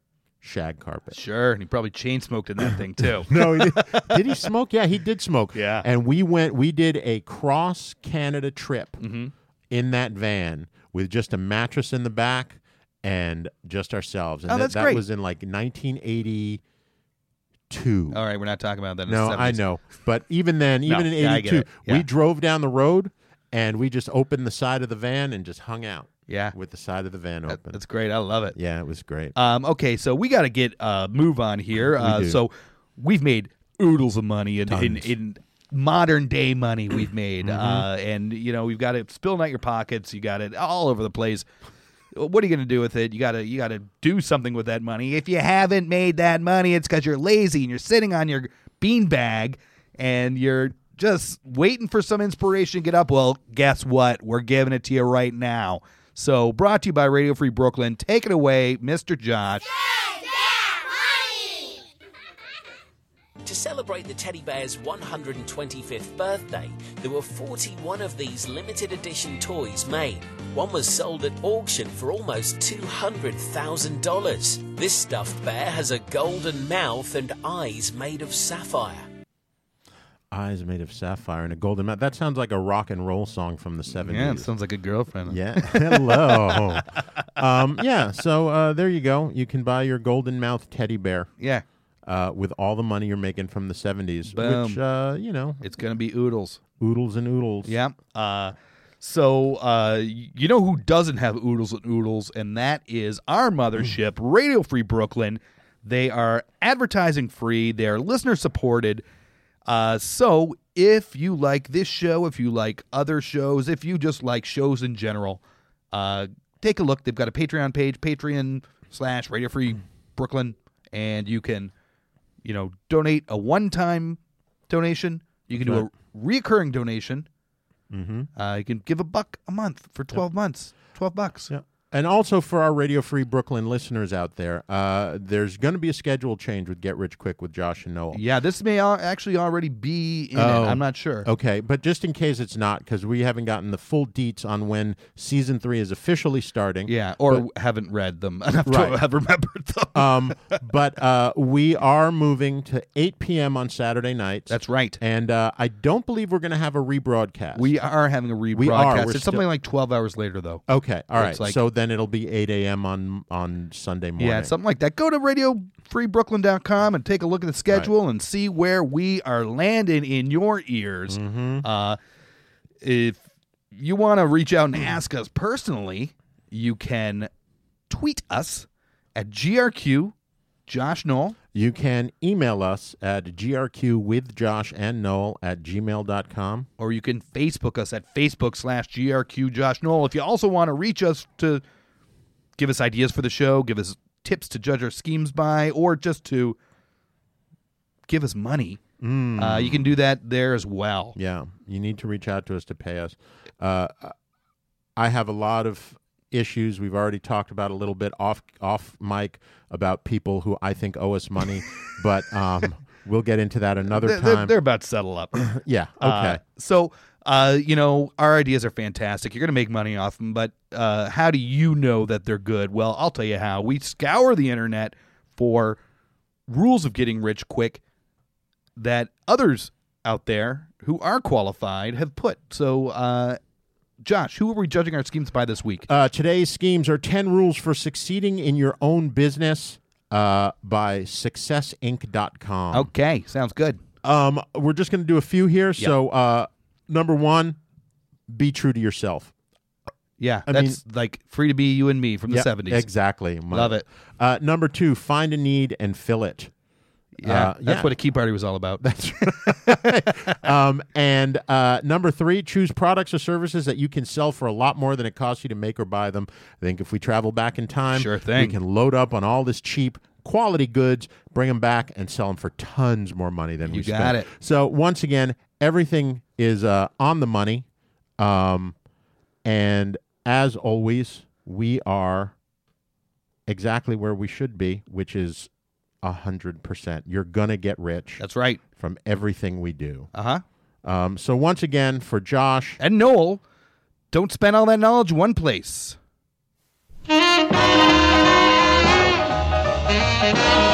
Speaker 5: shag carpet.
Speaker 6: sure. And he probably chain smoked in that thing
Speaker 5: [laughs]
Speaker 6: too.
Speaker 5: No, he did, did he smoke? Yeah, he did smoke.
Speaker 6: Yeah.
Speaker 5: And we went. We did a cross Canada trip
Speaker 6: Mm-hmm.
Speaker 5: in that van with just a mattress in the back and just ourselves. And
Speaker 6: Oh,
Speaker 5: that,
Speaker 6: that's
Speaker 5: that
Speaker 6: great.
Speaker 5: was in like 1982.
Speaker 6: All right, we're not talking about that. Oh, in the
Speaker 5: No, I
Speaker 6: 70s.
Speaker 5: know. But even then,
Speaker 6: No,
Speaker 5: even in
Speaker 6: yeah, I get
Speaker 5: 82,
Speaker 6: it. Yeah.
Speaker 5: we drove down the road and we just opened the side of the van and just hung out
Speaker 6: Yeah,
Speaker 5: with the side of the van open.
Speaker 6: that's great. I love it.
Speaker 5: yeah, it was great.
Speaker 6: Um, okay, so we got to get uh, move on here. Uh,
Speaker 5: do.
Speaker 6: so we've made oodles of money in in,
Speaker 5: Tons. Mm-hmm.
Speaker 6: in modern day money. We've made, uh, and you know we've got it spilling out your pockets. You got it all over the place. what are you going to do with it? You got to you got to do something with that money. If you haven't made that money, it's because you're lazy and you're sitting on your beanbag and you're just waiting for some inspiration to get up. Well, guess what? We're giving it to you right now. So, brought to you by Radio Free Brooklyn. Take it away, Mr. Josh.
Speaker 12: To celebrate the teddy bear's 125th birthday, there were 41 of these limited edition toys made. One was sold at auction for almost $200,000. This stuffed bear has a golden mouth and eyes made of sapphire.
Speaker 5: Eyes made of sapphire and a golden mouth. That sounds like a rock and roll song from the 70s.
Speaker 6: Yeah, it sounds like a girlfriend.
Speaker 5: Yeah. [laughs] Hello. um, yeah. So uh, there you go. You can buy your golden mouth teddy bear.
Speaker 6: Yeah.
Speaker 5: Uh, with all the money you're making from the 70s, which,
Speaker 6: Boom.
Speaker 5: uh, you know,
Speaker 6: it's going to be oodles.
Speaker 5: Oodles and oodles.
Speaker 6: Yeah. Uh, so uh, y- you know who doesn't have oodles and oodles, and that is our mothership, Radio Free Brooklyn. They are advertising free. They are listener supported. Uh, so if you like this show, if you like other shows, if you just like shows in general, uh, take a look. They've got a Patreon page, Patreon slash Radio Free Brooklyn, and you can, you know, donate a one-time donation. You can do
Speaker 5: Right.
Speaker 6: a reoccurring donation.
Speaker 5: Mm-hmm.
Speaker 6: Uh, you can give a buck a month for 12 months, 12 bucks.
Speaker 5: Yeah. And also for our Radio Free Brooklyn listeners out there, uh, there's going to be a schedule change with Get Rich Quick with Josh and Noel.
Speaker 6: Yeah, this may al- actually already be in
Speaker 5: Oh.
Speaker 6: it. I'm not sure.
Speaker 5: Okay, but just in case it's not, because we haven't gotten the full deets on when season three is officially starting.
Speaker 6: Yeah, or
Speaker 5: but-
Speaker 6: haven't read them [laughs] enough to have remembered them.
Speaker 5: um, but uh, we are moving to 8 p.m. on Saturday nights. That's
Speaker 6: right.
Speaker 5: And uh, I don't believe we're going to have a rebroadcast.
Speaker 6: We are having a rebroadcast.
Speaker 5: We are.
Speaker 6: it's
Speaker 5: We're
Speaker 6: something
Speaker 5: still-
Speaker 6: like 12 hours later, though.
Speaker 5: Okay, all
Speaker 6: Where it's
Speaker 5: right.
Speaker 6: like-
Speaker 5: so then it'll be 8 a.m. on on Sunday morning.
Speaker 6: Yeah, it's something like that. Go to radiofreebrooklyn.com and take a look at the schedule and see where we are landing in your ears. Uh, if you want to reach out and ask us personally, you can tweet us at GRQ Josh Knoll.
Speaker 5: You can email us at grq with Josh and Noel at gmail.com.
Speaker 6: or you can Facebook us at Facebook slash GRQ Josh Knoll. If you also want to reach us to give us ideas for the show, give us tips to judge our schemes by, or just to give us money, uh, you can do that there as well.
Speaker 5: Yeah, you need to reach out to us to pay us. Uh, I have a lot of issues we've already talked about a little bit off off mic about people who I think owe us
Speaker 6: [laughs]
Speaker 5: money, but um, we'll get into that another
Speaker 6: They're, they're-
Speaker 5: time.
Speaker 6: they're about to settle up.
Speaker 5: [clears throat] yeah, okay.
Speaker 6: Uh, so, uh, you know, our ideas are fantastic. You're going to make money off them, but uh, how do you know that they're good? Well, I'll tell you how. We scour the internet for rules of getting rich quick that others out there who are qualified have put. So, uh, Josh, who are we judging our schemes by this week?
Speaker 5: Uh, today's schemes are 10 rules for succeeding in your own business uh, by successinc.com.
Speaker 6: Uh, Okay, sounds good.
Speaker 5: Um, we're just going to do a few here.
Speaker 6: Oh. Yeah.
Speaker 5: So, uh, number one, be true to yourself.
Speaker 6: Yeah,
Speaker 5: I
Speaker 6: that's like free to be you and me from the
Speaker 5: Yeah,
Speaker 6: 70s.
Speaker 5: Exactly. My-
Speaker 6: Love it.
Speaker 5: Uh, number two, find a need and fill it.
Speaker 6: Yeah,
Speaker 5: Uh,
Speaker 6: that's
Speaker 5: yeah.
Speaker 6: what a key party was all about.
Speaker 5: That's um, and uh, number three, choose products or services that you can sell for a lot more than it costs you to make or buy them. I think if we travel back in time,
Speaker 6: Sure thing.
Speaker 5: we can load up on all this cheap quality goods, bring them back, and sell them for tons more money than
Speaker 6: You
Speaker 5: we
Speaker 6: got
Speaker 5: spent.
Speaker 6: it.
Speaker 5: So once again, everything is uh, on the money, um, and as always, we are exactly where we should be, which is hundred percent. You're gonna get rich.
Speaker 6: That's right.
Speaker 5: From everything we do.
Speaker 6: Uh huh.
Speaker 5: Um, so once again, for Josh
Speaker 6: and Noel, don't spend all that knowledge one place.
Speaker 4: Thank you.